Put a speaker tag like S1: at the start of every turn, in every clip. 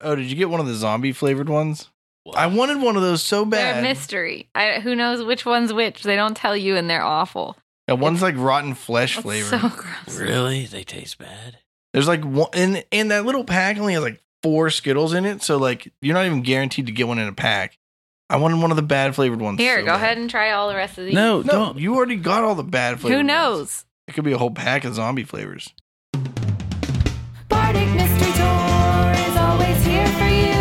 S1: Oh, did you get one of the zombie flavored ones?
S2: Well,
S1: I wanted one of those so
S3: They're a
S1: bad.
S3: mystery. I, who knows which one's which? They don't tell you, and they're awful.
S1: Yeah, one's like rotten flesh
S3: That's
S1: flavored.
S3: so gross.
S2: Really? They taste bad?
S1: There's like one, and and that little pack only has like four Skittles in it, so like you're not even guaranteed to get one in a pack. I wanted one of the bad flavored ones.
S3: Here,
S1: so
S3: go
S1: bad.
S3: ahead and try all the rest of these.
S2: No,
S1: No,
S2: don't.
S1: you already got all the bad flavors.
S3: Who knows?
S1: It could be a whole pack of zombie flavors.
S4: Bardic Mystery Tour is always here for you.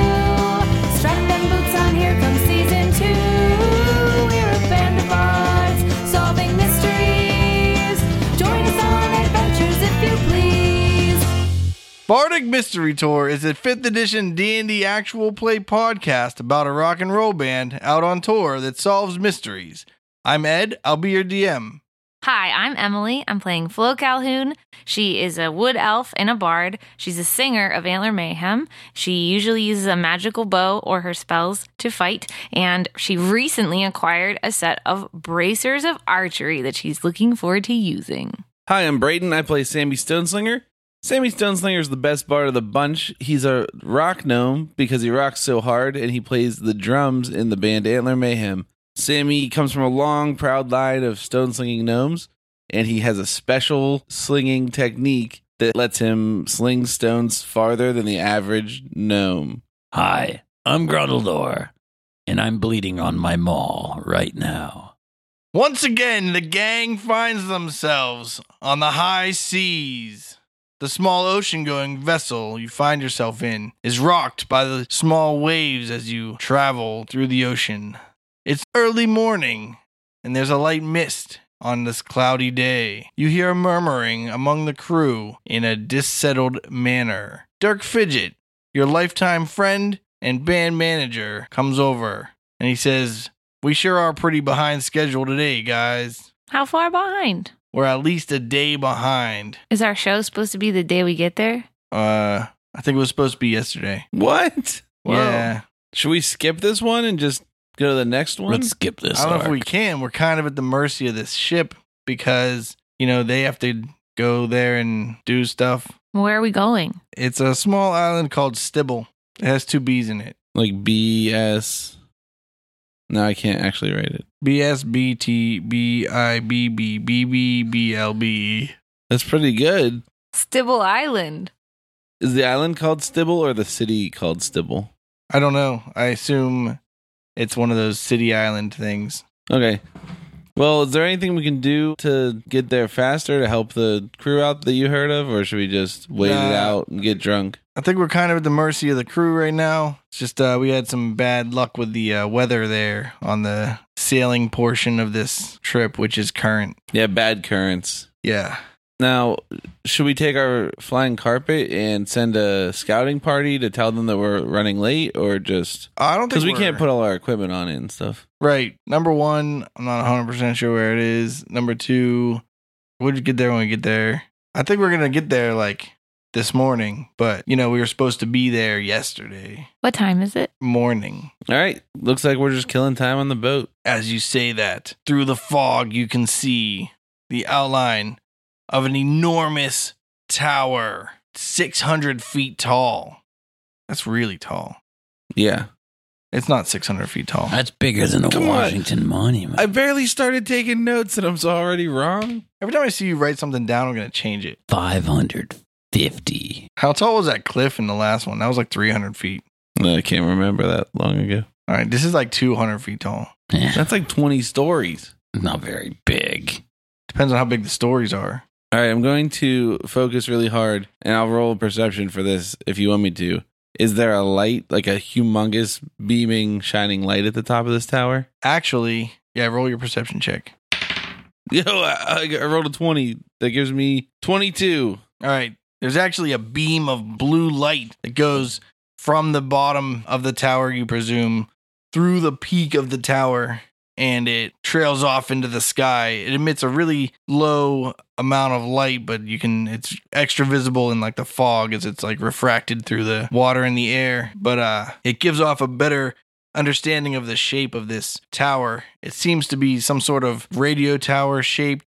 S4: Strap them boots on, here comes season two. We're a band of bards solving mysteries. Join us on adventures if you please.
S1: Bardic Mystery Tour is a 5th edition D&D actual play podcast about a rock and roll band out on tour that solves mysteries. I'm Ed, I'll be your DM.
S3: Hi, I'm Emily. I'm playing Flo Calhoun. She is a wood elf and a bard. She's a singer of Antler Mayhem. She usually uses a magical bow or her spells to fight, and she recently acquired a set of bracers of archery that she's looking forward to using.
S5: Hi, I'm Braden. I play Sammy Stoneslinger. Sammy Stoneslinger is the best bard of the bunch. He's a rock gnome because he rocks so hard and he plays the drums in the band Antler Mayhem. Sammy comes from a long, proud line of stone-slinging gnomes, and he has a special slinging technique that lets him sling stones farther than the average gnome.
S2: Hi, I'm Grundledor, and I'm bleeding on my maul right now.
S1: Once again, the gang finds themselves on the high seas. The small ocean going vessel you find yourself in is rocked by the small waves as you travel through the ocean. It's early morning, and there's a light mist on this cloudy day. You hear a murmuring among the crew in a dissettled manner. Dirk Fidget, your lifetime friend and band manager, comes over and he says, we sure are pretty behind schedule today, guys.
S3: How far behind?
S1: We're at least a day behind.
S3: Is our show supposed to be the day we get there?
S1: Uh, I think it was supposed to be yesterday.
S5: What?
S3: Whoa.
S1: Yeah.
S5: Should we skip this one and just go to the next one?
S2: Let's skip this.
S1: I don't know if
S2: arc.
S1: we can. We're kind of at the mercy of this ship because, you know, they have to go there and do stuff.
S3: Where are we going?
S1: It's a small island called Stibble. It has two B's in it.
S5: like BS. No, I can't actually write it.
S1: B S B T B I B B B B B L B.
S5: That's pretty good.
S3: Stibble Island.
S5: Is the island called Stibble or the city called Stibble?
S1: I don't know. I assume it's one of those city island things.
S5: Okay. Well, is there anything we can do to get there faster to help the crew out that you heard of, or should we just wait it
S1: Nah.
S5: out and get drunk?
S1: I think we're kind of at the mercy of the crew right now. It's just uh, we had some bad luck with the uh, weather there on the sailing portion of this trip, which is current.
S5: Yeah, bad currents.
S1: Yeah.
S5: Now, should we take our flying carpet and send a scouting party to tell them that we're running late, or just
S1: I don't think
S5: because we
S1: we're-
S5: can't put all our equipment on it and stuff?
S1: right. Number one, I'm not 100 percent sure where it is. Number two, we'll get there when we get there. I think we're gonna get there like this morning, but you know we were supposed to be there yesterday
S3: What time is it?
S1: morning.
S5: All right. Looks like we're just killing time on the boat.
S1: As you say that, through the fog, you can see the outline of an enormous tower, 600 feet tall. That's really tall.
S5: Yeah.
S1: It's not 600 feet tall.
S2: That's bigger than the
S5: Come on.
S2: Washington Monument.
S5: I barely started taking notes and I'm already wrong.
S1: Every time I see you write something down, I'm going to change it.
S2: 550.
S1: How tall was that cliff in the last one? That was like 300 feet.
S5: No, I can't remember that long ago.
S1: All right, this is like 200 feet tall.
S2: Eh,
S5: That's like 20 stories.
S2: Not very big.
S1: Depends on how big the stories are.
S5: All right, I'm going to focus really hard and I'll roll perception for this if you want me to. Is there a light, like a humongous beaming shining light at the top of this tower?
S1: Actually, yeah, roll your perception check.
S5: Yo, I, I rolled a 20. That gives me 22.
S1: All right. There's actually a beam of blue light that goes from the bottom of the tower, you presume, through the peak of the tower, and it trails off into the sky. It emits a really low amount of light, but you can it's extra visible in like the fog as it's like refracted through the water and the air. But uh it gives off a better understanding of the shape of this tower. It seems to be some sort of radio tower shape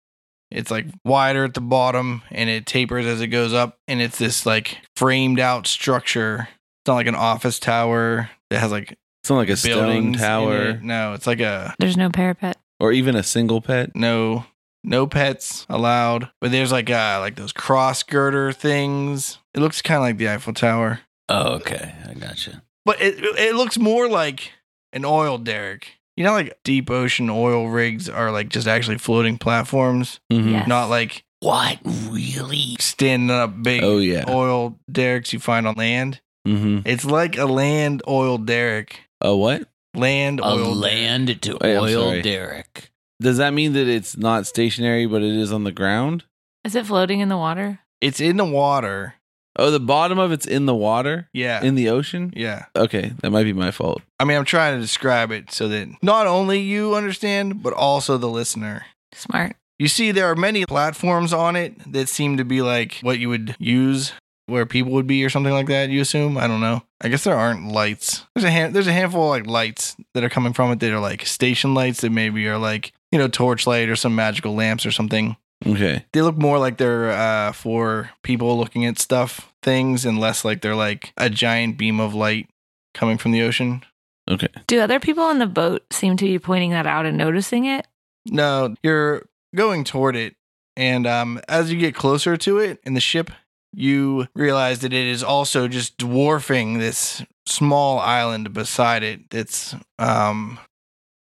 S1: it's like wider at the bottom and it tapers as it goes up and it's this like framed out structure It's not like an office tower that has like
S5: It's not like a stone
S1: buildings in
S5: tower
S1: it. No, it's like a
S3: There's no parapet.
S5: or even a single pet.
S1: no no pets allowed. But there's like uh like those cross girder things. It looks kind of like the Eiffel Tower,
S2: Oh, okay. I gotcha.
S1: but it it looks more like an oil derrick. You know, like deep ocean oil rigs are like just actually floating platforms,
S5: Mm-hmm,
S3: Yes.
S1: not like
S2: What? Really?
S1: standing up big
S5: Oh yeah.
S1: oil derricks you find on land.
S5: Mm-hmm.
S1: It's like a land oil derrick.
S5: A what?
S1: Land
S2: A
S1: oil
S2: land to
S5: Wait, I'm
S2: oil
S5: sorry.
S2: derrick.
S5: Does that mean that it's not stationary, but it is on the ground?
S3: Is it floating in the water?
S1: It's in the water.
S5: Oh, the bottom of it's in the water,
S1: Yeah.
S5: in the ocean.
S1: yeah.
S5: Okay, that might be my fault.
S1: I mean, I'm trying to describe it so that not only you understand, but also the listener.
S3: Smart.
S1: You see, there are many platforms on it that seem to be like what you would use where people would be or something like that. You assume? I don't know. I guess there aren't lights. There's a hand, there's a handful of like lights that are coming from it that are like station lights that maybe are like you know torchlight or some magical lamps or something.
S5: Okay,
S1: They look more like they're uh, for people looking at stuff things and less like they're like a giant beam of light coming from the ocean.
S5: okay.
S3: Do other people on the boat seem to be pointing that out and noticing it?
S1: No, you're going toward it. And um, as you get closer to it in the ship, you realize that it is also just dwarfing this small island beside it. That's um,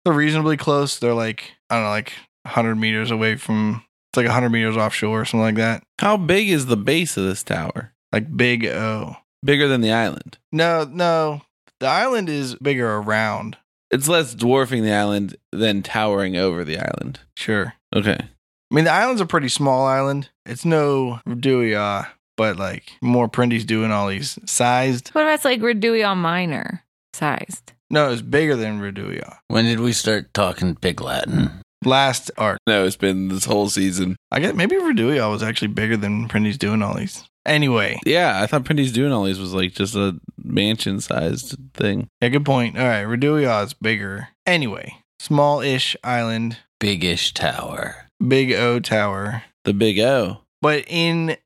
S1: they're reasonably close. They're like, I don't know, like 100 meters away from, it's like 100 meters offshore or something like that.
S5: How big is the base of this tower?
S1: Like Big O.
S5: Bigger than the island.
S1: No, no. The island is bigger around.
S5: It's less dwarfing the island than towering over the island.
S1: Sure.
S5: Okay.
S1: I mean, the island's a pretty small island. It's no Ruduia, but like more Prindy's doing all these sized.
S3: What about it's like Reduio Minor sized?
S1: No, it's bigger than Ruduia.
S2: When did we start talking pig Latin?
S1: Last arc.
S5: No, it's been this whole season.
S1: I guess maybe Ruduia was actually bigger than Prindy's doing all these. Anyway,
S5: Yeah, I thought Prindy's doing all these was like just a mansion sized thing.
S1: yeah, good point. All right, Ruduia is bigger. Anyway, small ish island,
S2: Biggish tower.
S1: big O tower.
S5: The big O.
S1: But in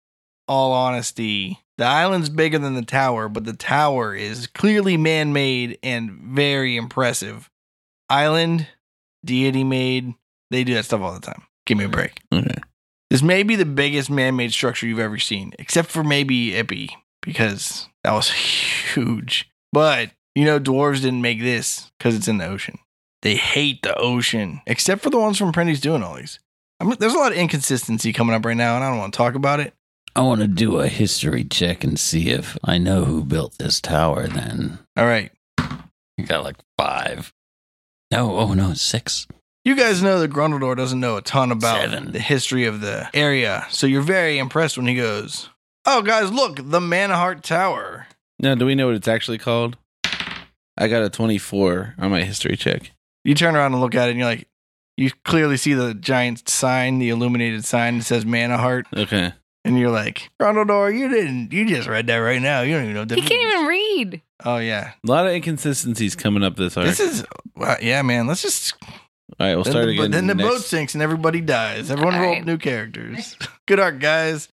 S1: all honesty, the island's bigger than the tower, but the tower is clearly man made and very impressive. Island, deity made, they do that stuff all the time. Give me a break.
S5: Okay.
S1: This may be the biggest man made structure you've ever seen, except for maybe Ippy, because that was huge. But you know, dwarves didn't make this because it's in the ocean. They hate the ocean, except for the ones from Prendy's doing all these. I mean, there's a lot of inconsistency coming up right now, and I don't want to talk about it.
S2: I want to do a history check and see if I know who built this tower then.
S1: All right.
S2: I got like five. No, oh no, six.
S1: You guys know that Grundledor doesn't know a ton about
S2: Seven.
S1: the history of the area, so you're very impressed when he goes, Oh, guys, look, the Manahart Tower.
S5: Now, do we know what it's actually called? I got a 24 on my history check.
S1: you turn around and look at it and you're like you clearly see the giant sign the illuminated sign that says mana heart
S5: Okay.
S1: and you're like Grondador, you didn't you just read that right now you don't even know what that
S3: He can't
S1: means."
S3: even read.
S1: oh yeah
S5: A lot of inconsistencies coming up this arc.
S1: this is wow, yeah man let's just
S5: all right, we'll
S1: then
S5: start
S1: the,
S5: again.
S1: then the boat
S5: next-
S1: sinks and everybody dies everyone roll
S3: Alright.
S1: up new characters good art guys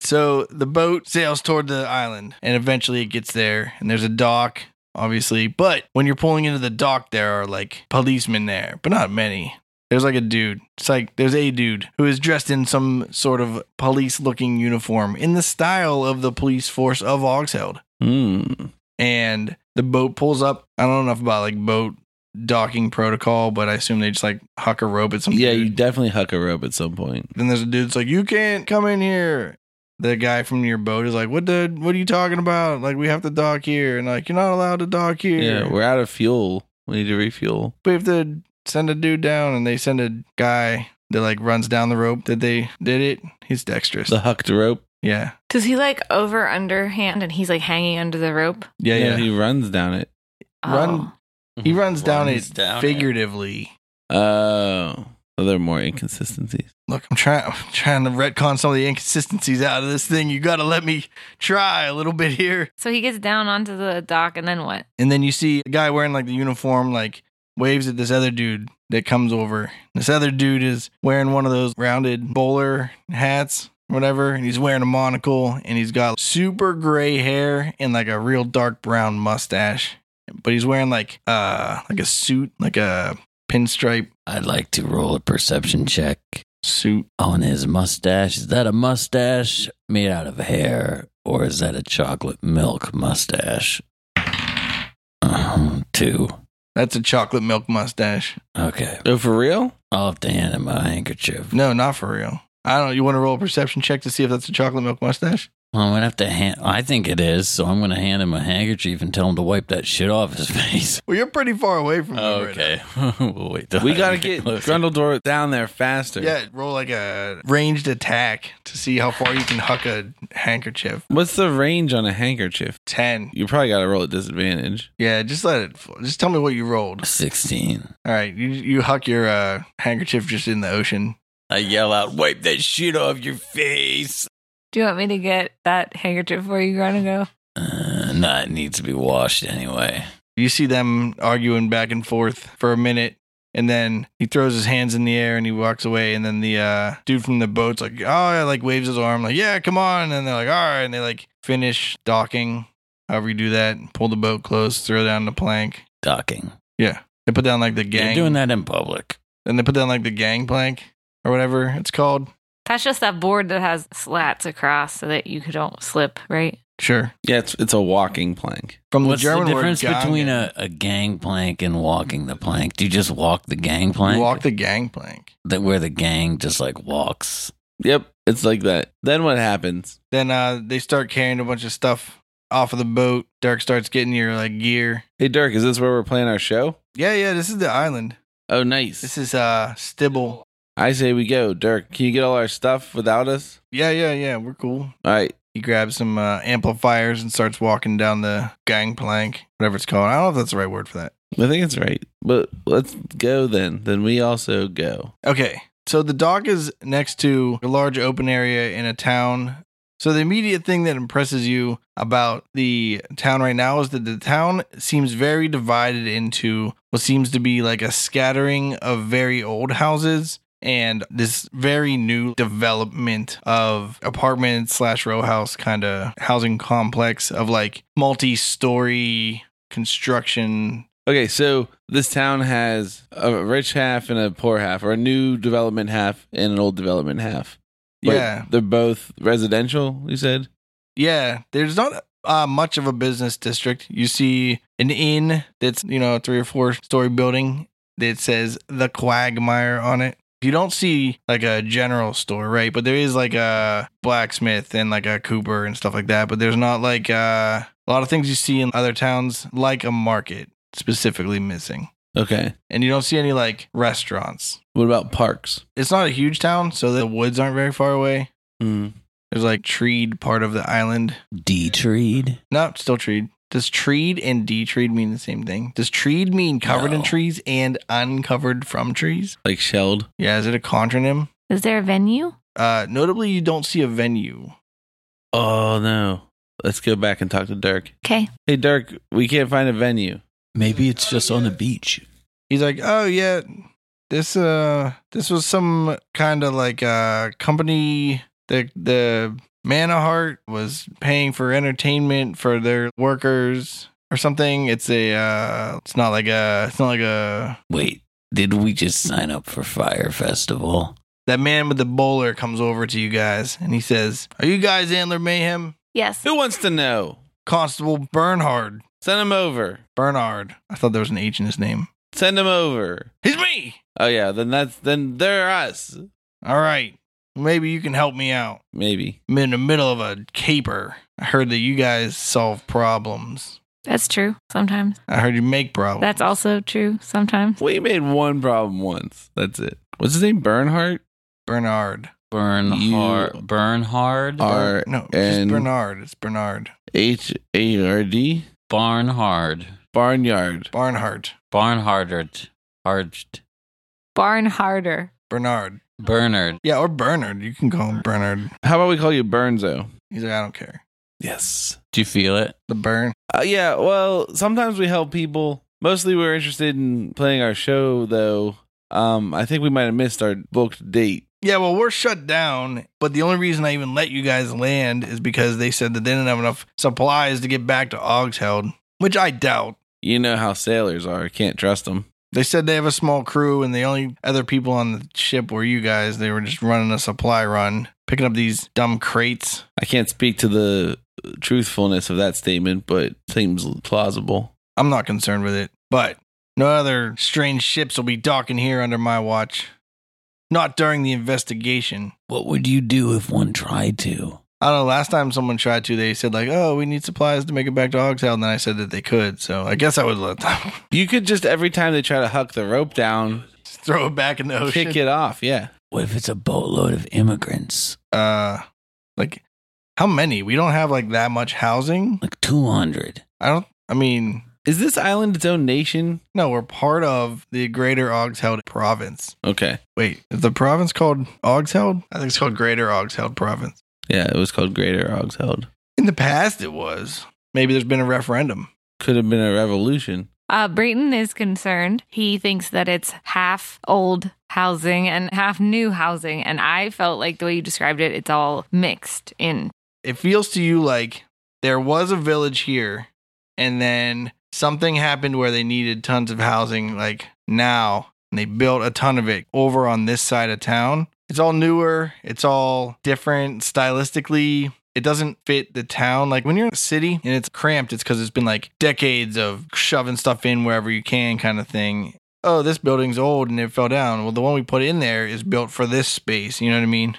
S1: so the boat sails toward the island and eventually it gets there and there's a dock obviously but when you're pulling into the dock there are like policemen there but not many There's like a dude. It's like there's a dude who is dressed in some sort of police looking uniform in the style of the police force of Oxheld.
S5: Hmm.
S1: And the boat pulls up. I don't know enough about like boat docking protocol, but I assume they just like huck a rope at some
S5: Yeah,
S1: dude.
S5: you definitely huck a rope at some point.
S1: Then there's a dude that's like, You can't come in here. The guy from your boat is like, What the what are you talking about? Like we have to dock here and like you're not allowed to dock here.
S5: Yeah, we're out of fuel. We need to refuel.
S1: we have to send a dude down and they send a guy that like runs down the rope that they did it. He's dexterous.
S5: The hucked rope.
S1: Yeah.
S3: Does he like over underhand and he's like hanging under the rope? Oh.
S1: Yeah, yeah.
S5: He runs down it.
S1: Run- He, runs down
S2: Mm-hmm. Runs
S1: it
S2: down it.
S1: figuratively.
S5: Oh, so there are more inconsistencies.
S1: Look, I'm trying I'm trying to retcon some of the inconsistencies out of this thing. You got to let me try a little bit here.
S3: So he gets down onto the dock and then what?
S1: And then you see a guy wearing like the uniform like waves at this other dude that comes over. This other dude is wearing one of those rounded bowler hats. whatever, and he's wearing a monocle and he's got super gray hair and like a real dark brown mustache. But he's wearing like uh like a suit, like a pinstripe
S2: I'd like to roll a perception check
S1: suit.
S2: on his mustache. Is that a mustache made out of hair, or is that a chocolate milk mustache? Uh, two.
S1: That's a chocolate milk mustache.
S2: Okay.
S5: Oh, for real?
S2: I'll have to hand him a handkerchief.
S1: No, not for real. I don't. You want to roll a perception check to see if that's a chocolate milk mustache?
S2: I'm gonna have to hand. I think it is, so I'm gonna hand him a handkerchief and tell him to wipe that shit off his face.
S1: Well, you're pretty far away from. me
S5: Oh,
S1: right
S2: Okay. we'll wait. till
S5: We
S2: I
S5: gotta get
S2: closer.
S5: Grundledor down there faster.
S1: now. Yeah, roll like a ranged attack to see how far you can huck a handkerchief.
S5: What's the range on a handkerchief?
S1: Ten.
S5: You probably gotta roll at disadvantage.
S1: Yeah, just let it. fl- Just tell me what you rolled.
S2: Sixteen.
S1: All right, you you huck your uh, handkerchief just in the ocean.
S2: I yell out, "Wipe that shit off your face!"
S3: Do you want me to get that handkerchief for you, Granago?
S2: Uh, nah, it needs to be washed anyway.
S1: You see them arguing back and forth for a minute, and then he throws his hands in the air and he walks away. And then the uh, dude from the boat's like, "Oh," yeah, like waves his arm, like, "Yeah, come on!" And they're like, "All right," and they like finish docking. However you do that, pull the boat close, throw down the plank.
S2: Docking.
S1: Yeah, they put down like the gang.
S2: You're doing that in public.
S1: And they put down like the gang plank or whatever it's called.
S3: That's just that board that has slats across so that you don't slip, right?
S1: Sure.
S5: Yeah, it's it's a walking plank.
S1: From
S2: What's
S1: the
S2: the,
S1: German
S2: difference
S1: word,
S2: between
S1: gangen.
S2: a, a gang plank and walking the plank? Do you just walk the gang plank?
S1: You walk the gang plank.
S2: that where the gang just like walks.
S5: Yep, it's like that. Then what happens?
S1: Then uh, they start carrying a bunch of stuff off of the boat. Dirk starts getting your like gear.
S5: Hey Dirk, is this where we're playing our show?
S1: Yeah, yeah. This is the island.
S5: Oh, nice.
S1: This is uh Stibble.
S5: I say we go, Dirk. Can you get all our stuff without us?
S1: Yeah, yeah, yeah. We're cool.
S5: All right.
S1: He grabs some uh, amplifiers and starts walking down the gang plank, whatever it's called. I don't know if that's the right word for that.
S5: I think it's right. But let's go then. Then we also go.
S1: Okay. So the dock is next to a large open area in a town. So the immediate thing that impresses you about the town right now is that the town seems very divided into what seems to be like a scattering of very old houses and this very new development of apartment slash row house kind of housing complex of like multi-story construction
S5: Okay, so this town has a rich half and a poor half, or a new development half and an old development half. But
S1: yeah
S5: They're both residential, you said?
S1: Yeah, there's not uh, much of a business district. You see an inn that's, you know, a three or four story building that says the quagmire on it. You don't see like a general store, right? But there is like a blacksmith and like a cooper and stuff like that. But there's not like uh, a lot of things you see in other towns, like a market specifically missing.
S5: Okay.
S1: And you don't see any like restaurants.
S5: What about parks?
S1: It's not a huge town, so the woods aren't very far away. There's like treed part of the island.
S2: Detreed.
S1: No, it's still treed. Does treed and detreed mean the same thing? Does treed mean covered in
S2: No.
S1: trees and uncovered from trees?
S5: Like shelled?
S1: Yeah, is it a contronym?
S3: Is there a venue?
S1: Uh, notably, you don't see a venue.
S5: Oh, no. Let's go back and talk to Dirk.
S3: Okay.
S5: Hey, Dirk, we can't find a venue.
S2: Maybe it's just on the beach.
S1: He's like, oh yeah, this uh, this was some kind of like uh company that the Manahart was paying for entertainment for their workers or something. It's a uh, it's not like a, it's not like a
S2: Wait, did we just sign up for Fire Festival?
S1: that man with the bowler comes over to you guys and he says, Are you guys Antler Mayhem?
S3: Yes.
S5: Who wants to know?
S1: Constable Bernhard.
S5: Send him over.
S1: Bernhard. I thought there was an H in his name.
S5: Send him over.
S1: It's me.
S5: Oh, yeah. Then that's, then they're us.
S1: All right. Maybe you can help me out.
S5: Maybe.
S1: I'm in the middle of a caper. I heard that you guys solve problems.
S3: That's true sometimes.
S1: I heard you make problems.
S3: That's also true sometimes.
S5: We made one problem once. That's it. What's his name? Bernhardt?
S1: Bernard.
S5: You-
S2: Bernhard. Bernhard.
S5: R
S1: No,
S5: and-
S1: it's Bernard. It's Bernard.
S5: H A R D?
S2: Barnhard.
S5: Barnyard.
S1: Barnhart.
S2: Barnhardert. Hard.
S3: Barn harder.
S1: Bernard.
S2: Bernard.
S1: Yeah, or Bernard. You can call him Bernard.
S5: How about we call you Burnzo?
S1: He's like, I don't care.
S5: Yes.
S2: Do you feel it?
S1: The burn.
S5: Uh, yeah, well, sometimes we help people. Mostly we're interested in playing our show, though. Um, I think we might have missed our booked date.
S1: Yeah, well, we're shut down, but the only reason I even let you guys land is because they said that they didn't have enough supplies to get back to Augsheld, which I doubt.
S5: You know how sailors are. Can't trust them.
S1: They said they have a small crew, and the only other people on the ship were you guys. They were just running a supply run, picking up these dumb crates.
S5: I can't speak to the truthfulness of that statement, but it seems plausible.
S1: I'm not concerned with it, but no other strange ships will be docking here under my watch. Not during the investigation.
S2: What would you do if one tried to?
S1: I don't know. Last time someone tried to, they said like, "Oh, we need supplies to make it back to Hogtown," and then I said that they could. So I guess I would let them
S5: You could just every time they try to huck the rope down,
S1: Just throw it back in the ocean.
S5: kick it off. Yeah.
S2: What if it's a boatload of immigrants?
S1: Uh, like how many? We don't have like that much housing.
S2: Like 200.
S1: I don't. I mean,
S5: Is this island its own nation?
S1: no, we're part of the Greater Augsheld province.
S5: Okay.
S1: Wait, is the province called Augsheld? I think it's called Greater Augsheld province.
S5: Yeah, it was called Greater Augsheld.
S1: In the past, it was. Maybe there's been a referendum.
S5: Could have been a revolution.
S3: Uh, Brayton is concerned. He thinks that it's half old housing and half new housing. And I felt like the way you described it, it's all mixed in.
S1: It feels to you like there was a village here, and then something happened where they needed tons of housing, like now, and they built a ton of it over on this side of town. It's all newer, it's all different stylistically. It doesn't fit the town. Like when you're in a city and it's cramped, it's because it's been like decades of shoving stuff in wherever you can kind of thing. Oh, this building's old and it fell down. Well, the one we put in there is built for this space. You know what I mean?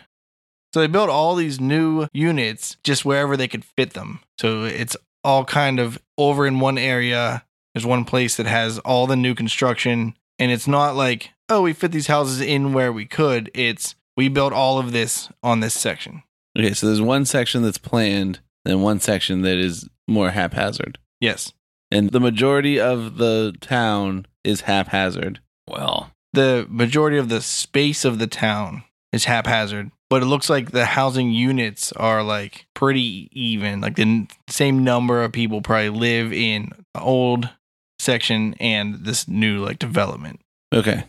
S1: So they built all these new units just wherever they could fit them. So it's all kind of over in one area. There's one place that has all the new construction, and it's not like, oh, we fit these houses in where we could. It's we built all of this on this section.
S5: Okay, so there's one section that's planned, and one section that is more haphazard.
S1: Yes.
S5: And the majority of the town is haphazard.
S2: Well,
S1: The majority of the space of the town is haphazard, but it looks like the housing units are like pretty even. Like the n- same number of people probably live in the old section and this new like development.
S5: Okay.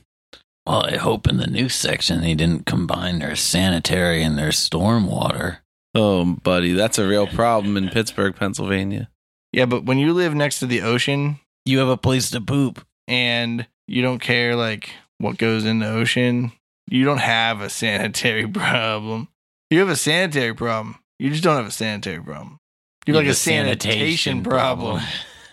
S2: well, I hope in the new section they didn't combine their sanitary and their stormwater.
S5: Oh, buddy, that's a real problem in Pittsburgh, Pennsylvania.
S1: Yeah, but when you live next to the ocean
S2: You have a place to poop.
S1: and you don't care like what goes in the ocean, you don't have a sanitary problem. You have a sanitary problem. You just don't have a sanitary problem. You have like
S2: have
S1: a sanitation, problem,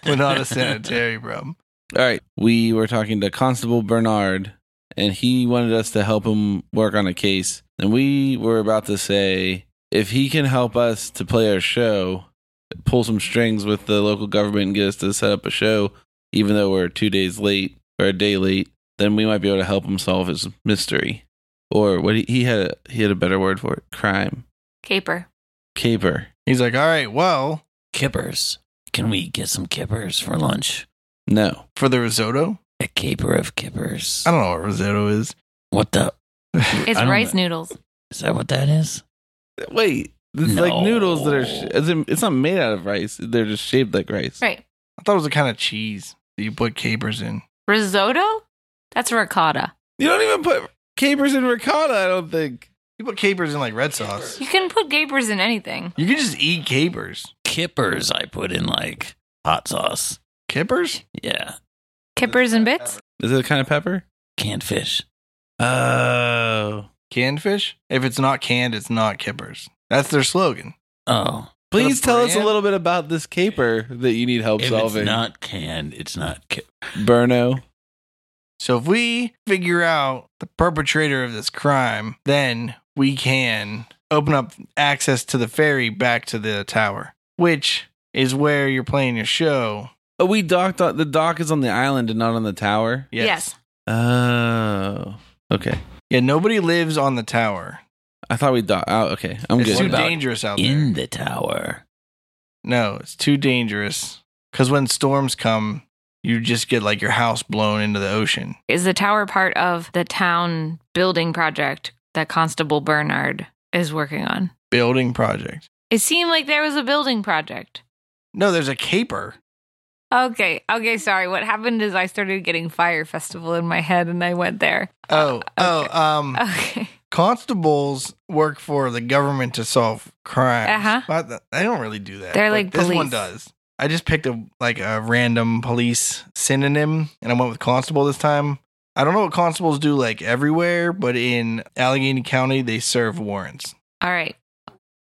S1: but not a sanitary problem.
S5: All right. We were talking to Constable Bernard, and he wanted us to help him work on a case. And we were about to say if he can help us to play our show, pull some strings with the local government and get us to set up a show, even though we're two days late or a day late, then we might be able to help him solve his mystery. Or what he, he had a, he had a better word for it crime,
S3: Caper.
S5: caper.
S1: He's like, all right, well,
S2: Kippers. Can we get some kippers for lunch?
S5: No.
S1: for the risotto,
S2: A caper of kippers.
S1: I don't know what risotto is.
S2: What the?
S3: It's
S2: I don't
S3: rice
S2: know.
S3: noodles.
S2: Is that what that is?
S5: Wait, it's
S2: No.
S5: like noodles that are. sh- it's- It's not made out of rice. They're just shaped like rice.
S3: Right.
S1: I thought it was a kind of cheese that you put capers in.
S3: Risotto? That's ricotta.
S5: You don't even put capers in ricotta. I don't think.
S1: You put capers in like red sauce.
S3: You can put capers in anything.
S1: You can just eat capers.
S2: Kippers. I put in like hot sauce.
S1: Kippers?
S2: Yeah,
S3: Kippers and bits?
S5: Is it a kind of pepper?
S2: canned fish.
S5: Oh,
S1: Canned fish? If it's not canned, it's not kippers. That's their slogan.
S2: Oh,
S5: please
S1: The
S5: tell us a
S1: brand?
S5: little bit about this caper that you need help
S2: if
S5: solving,
S2: it's not canned, it's not. Ki-
S5: Berno.
S1: So if we figure out the perpetrator of this crime, then we can open up access to the ferry back to the tower, which is where you're playing your show.
S5: Oh, we docked on the dock is on the island and not on the tower.
S1: Yes.
S5: Oh, okay.
S1: Yeah, nobody lives on the tower.
S5: I thought we docked. Oh, okay. I'm
S1: it's too
S5: good.
S2: about
S1: dangerous out there.
S2: in the tower.
S1: No, it's too dangerous. Because when storms come, you just get like your house blown into the ocean.
S3: Is the tower part of the town building project that Constable Bernard is working on?
S1: Building project.
S3: It seemed like there was a building project.
S1: No, there's a caper.
S3: Okay, okay, sorry. What happened is I started getting Fire Festival in my head and I went there.
S1: Oh,
S3: Okay.
S1: oh, um,
S3: Okay.
S1: constables work for the government to solve crimes.
S3: Uh-huh.
S1: But th- they don't really do that.
S3: They're
S1: but
S3: like
S1: this one
S3: police.
S1: does. I just picked a like a random police synonym, and I went with constable this time. I don't know what constables do like everywhere, but in Allegheny County they serve warrants.
S3: All right.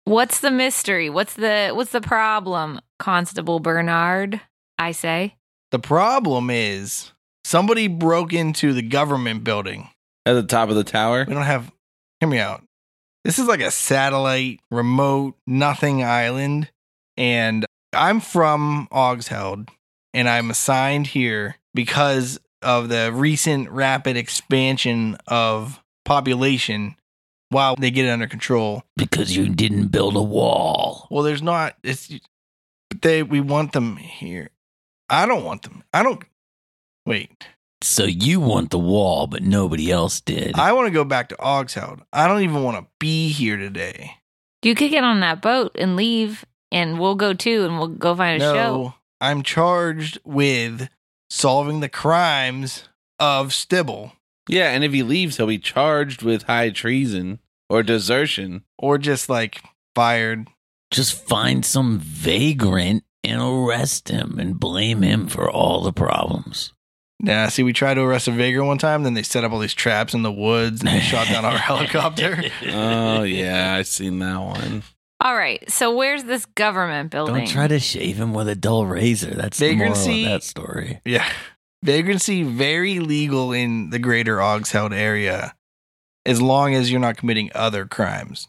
S3: What's the mystery? What's the what's the problem, Constable Bernard? I say.
S1: The problem is somebody broke into the government building.
S5: At the top of the tower.
S1: We don't have. Hear me out. This is like a satellite, remote, nothing island. And I'm from Augsheld and I'm assigned here because of the recent rapid expansion of population while they get it under control.
S2: because you didn't build a wall.
S1: Well, there's not, it's, but they, we want them here. I don't want them. I don't, wait.
S2: So you want the wall, but nobody else did.
S1: I want to go back to Augsheld. I don't even want to be here today.
S3: You could get on that boat and leave, and we'll go too, and we'll go find a show.
S1: I'm charged with solving the crimes of Stibble
S5: Yeah, and if he leaves, he'll be charged with high treason or desertion.
S1: or just like fired.
S2: Just find some vagrant and arrest him and blame him for all the problems.
S1: Nah, see, we tried to arrest a vagrant one time, then they set up all these traps in the woods and they shot down our helicopter.
S5: Oh, yeah, I've seen that one.
S3: All right. So where's this government building?
S2: Don't try to shave him with a dull razor. That's the
S1: Vagrancy-
S2: moral of that story.
S1: Yeah. Vagrancy, very legal in the greater Augsheld area, as long as you're not committing other crimes.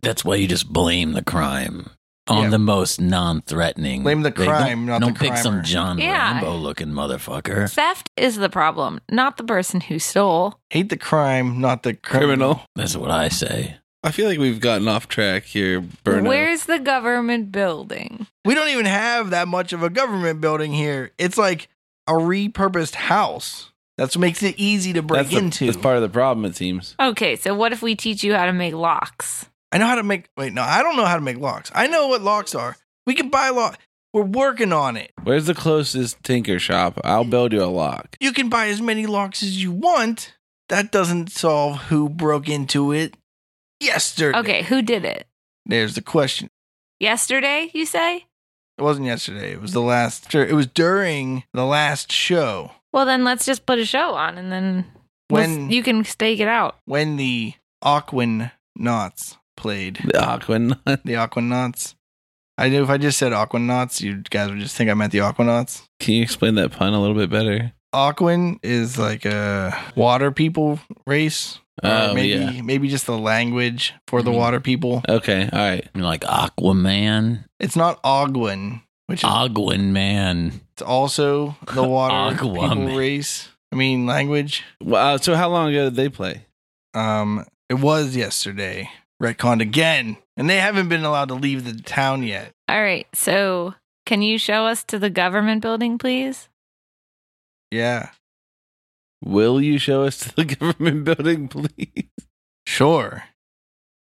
S2: That's why you just blame the crime on
S1: Yeah.
S2: the most non-threatening.
S1: Blame the
S2: They don't-
S1: crime, not the
S2: don't pick some
S1: crimer.
S2: John
S3: Yeah.
S2: Rambo looking motherfucker.
S3: Theft is the problem, not the person who stole.
S1: Hate the crime, not the criminal.
S5: Criminal.
S2: That's what I say.
S5: I feel like we've gotten off track here, Bruno.
S3: Where's the government building?
S1: We don't even have that much of a government building here. It's like a repurposed house. That's what makes it easy to break
S5: that's the-
S1: into.
S5: that's part of the problem, it seems.
S3: Okay, so what if we teach you how to make locks?
S1: I know how to make. Wait, no, I don't know how to make locks. I know what locks are. We can buy lock. We're working on it.
S5: Where's the closest tinker shop? I'll build you a lock.
S1: You can buy as many locks as you want. That doesn't solve who broke into it yesterday.
S3: Okay, who did it?
S1: There's the question.
S3: Yesterday, you say?
S1: It wasn't yesterday. It was the last. Sure, it was during the last show
S3: Well, then let's just put a show on and then we'll s-
S1: when
S3: you can stake it out.
S1: when the Aquanauts played.
S5: The Aquanaut.
S1: the Aquanauts. I knew if I just said Aquanauts, you guys would just think I meant the Aquanauts.
S5: Can you explain that pun a little bit better?
S1: Aquan is like a water people race. or
S5: Oh,
S1: Uh, maybe maybe just the language for the
S2: Mhm.
S1: water people.
S5: Okay, all right.
S2: You're like Aquaman,
S1: It's not Ogwen, which is
S2: Ogwin man.
S1: it's also the water
S2: Aquaman.
S1: people race. I mean language.
S5: Well, uh, so how long ago did they play?
S1: Um, it was yesterday. Retconned again, and they haven't been allowed to leave the town yet.
S3: All right, so can you show us to the government building, please?
S1: Yeah,
S5: Will you show us to the government building, please?
S1: sure.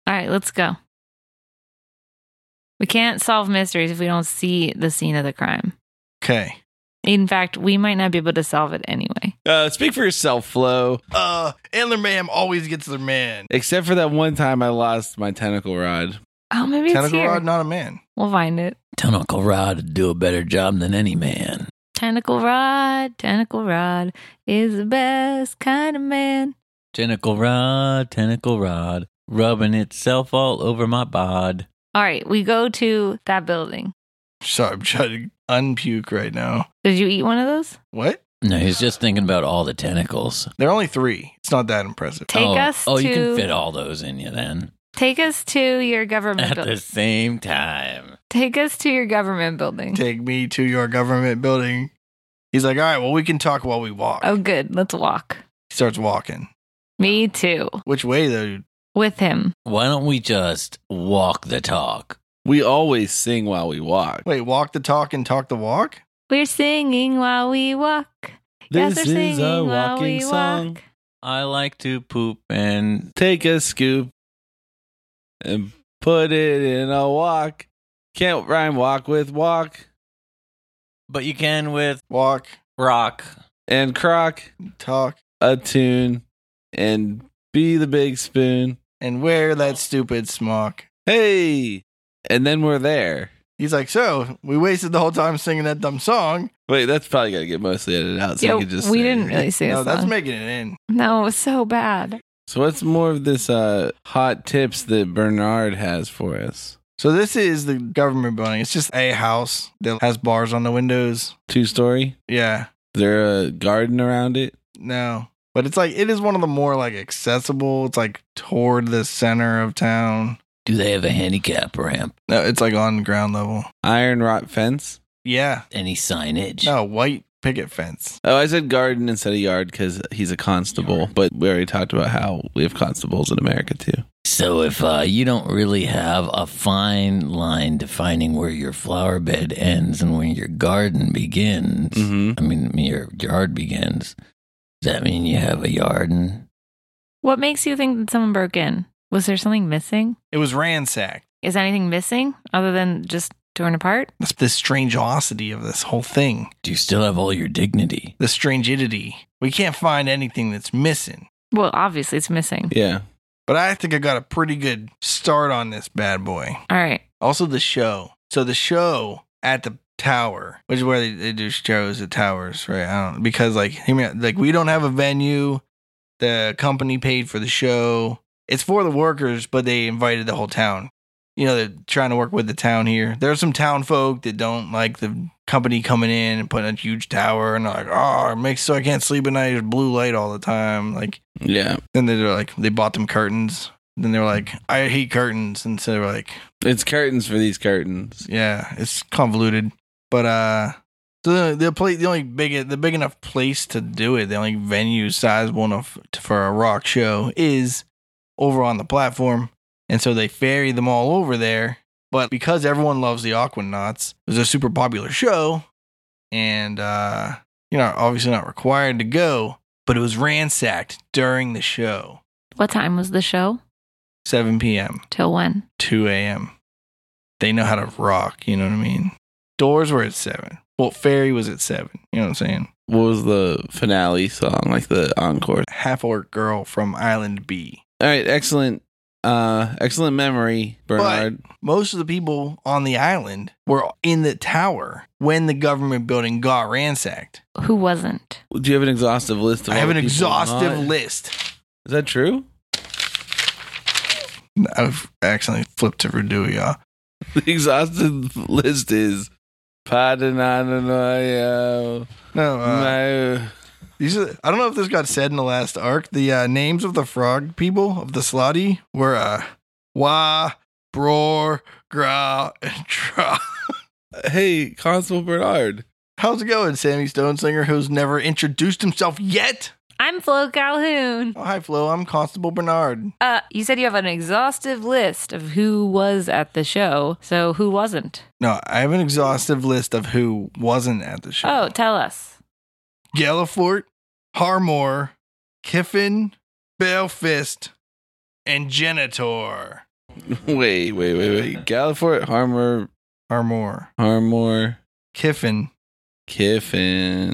S3: All right, let's go. We can't solve mysteries if we don't see the scene of the crime.
S1: Okay.
S3: In fact, we might not be able to solve it anyway.
S5: Uh, speak for yourself, Flo.
S1: Uh, Antler Mayhem always gets their man.
S5: Except for that one time I lost my tentacle rod.
S3: Oh, maybe it's
S1: Tentacle
S3: here.
S1: Rod, not a man.
S3: We'll find it.
S2: Tell Uncle Rod to do a better job than any man.
S3: Tentacle Rod, Tentacle Rod is the best kind of man.
S2: Tentacle Rod, Tentacle Rod, rubbing itself all over my bod.
S3: All right, we go to that building.
S1: Sorry, I'm trying to unpuke right now.
S3: Did you eat one of those?
S1: What?
S2: No, he's just thinking about all the tentacles.
S1: There are only three. It's not that impressive.
S3: Take
S2: oh,
S3: us
S2: Oh,
S3: to
S2: you can fit all those in you then
S3: Take us to your government
S2: at the
S3: building.
S2: same time.
S3: Take us to your government building.
S1: Take me to your government building. He's like, all right, well, we can talk while we walk.
S3: Oh, good. Let's walk.
S1: He starts walking.
S3: Me too.
S1: Which way, though?
S3: With him.
S2: Why don't we just walk the talk?
S5: We always sing while we walk.
S1: Wait, walk the talk and talk the walk?
S3: We're singing while we walk. Yes, we're singing while we walk.
S2: I like to poop and
S5: Take a scoop and put it in a walk. Can't rhyme walk with walk
S2: but you can with
S1: Walk,
S2: rock.
S5: and crock
S1: talk.
S5: a tune and Be the big spoon.
S1: and wear that stupid smock.
S5: Hey. And then we're there.
S1: He's like, so we wasted the whole time singing that dumb song.
S5: Wait, that's probably got to get mostly edited out. So
S3: Yeah,
S5: we can just
S3: we
S5: say-
S3: didn't really see
S1: No,
S3: a
S1: that's
S3: song.
S1: making it in.
S3: no, it was so bad.
S5: So what's more of this uh, hot tips that Bernard has for us?
S1: So this is the government building. It's just a house that has bars on the windows.
S5: Two story.
S1: Yeah,
S5: Is there a garden around it?
S1: no, but it's like it is one of the more like accessible. It's like toward the center of town.
S2: Do they have a handicap ramp?
S1: No, it's like on ground level.
S5: Iron rot fence.
S1: Yeah,
S2: Any signage?
S1: no white picket fence.
S5: Oh, I said garden instead of yard because he's a constable. But we already talked about how we have constables in America too.
S2: So if uh, you don't really have a fine line defining where your flower bed ends and when your garden begins,
S5: Mm-hmm.
S2: I mean your yard begins, does that mean you have a yard?
S3: What makes you think that someone broke in? Was there something missing?
S1: It was ransacked.
S3: Is anything missing other than just torn apart?
S1: That's the strangeosity of this whole thing.
S2: Do you still have all your dignity?
S1: The strangidity. We can't find anything that's missing.
S3: Well, obviously it's missing.
S5: Yeah.
S1: But I think I got a pretty good start on this bad boy.
S3: All right.
S1: Also, the show. So the show at the tower, which is where they, they do shows at towers, right? I don't because like hear me out, like we don't have a venue. The company paid for the show. It's for the workers, but they invited the whole town. You know, they're trying to work with the town here. There's some town folk that don't like the company coming in and putting a huge tower and they're like, oh, it makes so I can't sleep at night. There's blue light all the time. Like
S5: Yeah.
S1: then they were like, they bought them curtains. Then they were like, I hate curtains. And so they were like,
S5: It's curtains for these curtains.
S1: yeah, it's convoluted. But uh, the the play the only big the big enough place to do it, the only venue sizable enough to, for a rock show is over on the platform, and so they ferry them all over there. But because everyone loves the Aquanauts, it was a super popular show, and uh, you're not obviously not required to go, but it was ransacked during the show,
S3: What time was the show?
S1: 7 p.m.
S3: Till when?
S1: 2 a.m. They know how to rock, you know what I mean? Doors were at 7. Well, Ferry was at 7. You know what I'm saying?
S5: What was the finale song? Like the encore.
S1: Half orc girl from Island B.
S5: All right. Excellent. Uh, excellent memory, Bernard.
S1: Most of the people on the island were in the tower when the government building got ransacked.
S3: Who wasn't?
S5: Do you have an exhaustive list? Of
S1: I
S5: all
S1: have an
S5: the people
S1: exhaustive
S5: not-
S1: list.
S5: Is that true?
S1: I've accidentally flipped to Verduia.
S5: The exhaustive list is Padanananayo.
S1: No, uh,
S5: my
S1: these are, I don't know if this got said in the last arc. The uh, names of the frog people of the Slotty were uh, Wah, Bror, Gra, and Tra.
S5: Hey, Constable Bernard.
S1: How's it going, Sammy Stonesinger, who's never introduced himself yet?
S3: I'm Flo Calhoun.
S1: Oh, hi, Flo. I'm Constable Bernard.
S3: Uh, you said you have an exhaustive list of who was at the show, so who wasn't?
S1: No, I have an exhaustive list of who wasn't at the show.
S3: Oh, tell us.
S1: Gallifort, Harmore, Kiffin, Balefist, and Genitor.
S5: Wait, wait, wait, wait. Gallifort, Harmor,
S1: Harmore,
S5: Harmor,
S1: Kiffin,
S5: Kiffin.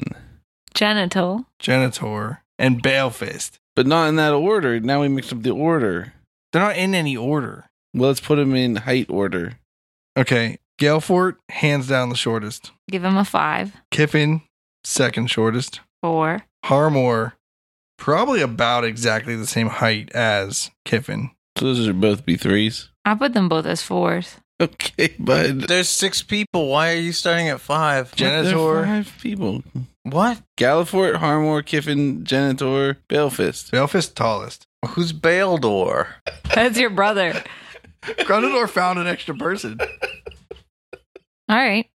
S3: Genital.
S1: Genitor, and Balefist.
S5: But not in that order. Now we mixed up the order.
S1: They're not in any order.
S5: Well, let's put them in height order.
S1: Okay, Gallifort, hands down the shortest.
S3: Give him a five.
S1: Kiffin, second shortest.
S3: Four.
S1: Harmore, probably about exactly the same height as Kiffin.
S5: So those should both be threes.
S3: I put them both as fours.
S5: Okay, bud.
S6: There's six people. Why are you starting at five?
S5: There are
S1: Genitor,
S5: Five people.
S6: What?
S5: Gallifort, Harmor, Kiffin, Genitor, Balefist.
S1: Belfast tallest.
S6: Who's Baildor?
S3: That's your brother.
S1: Grundador found an extra person.
S3: All right.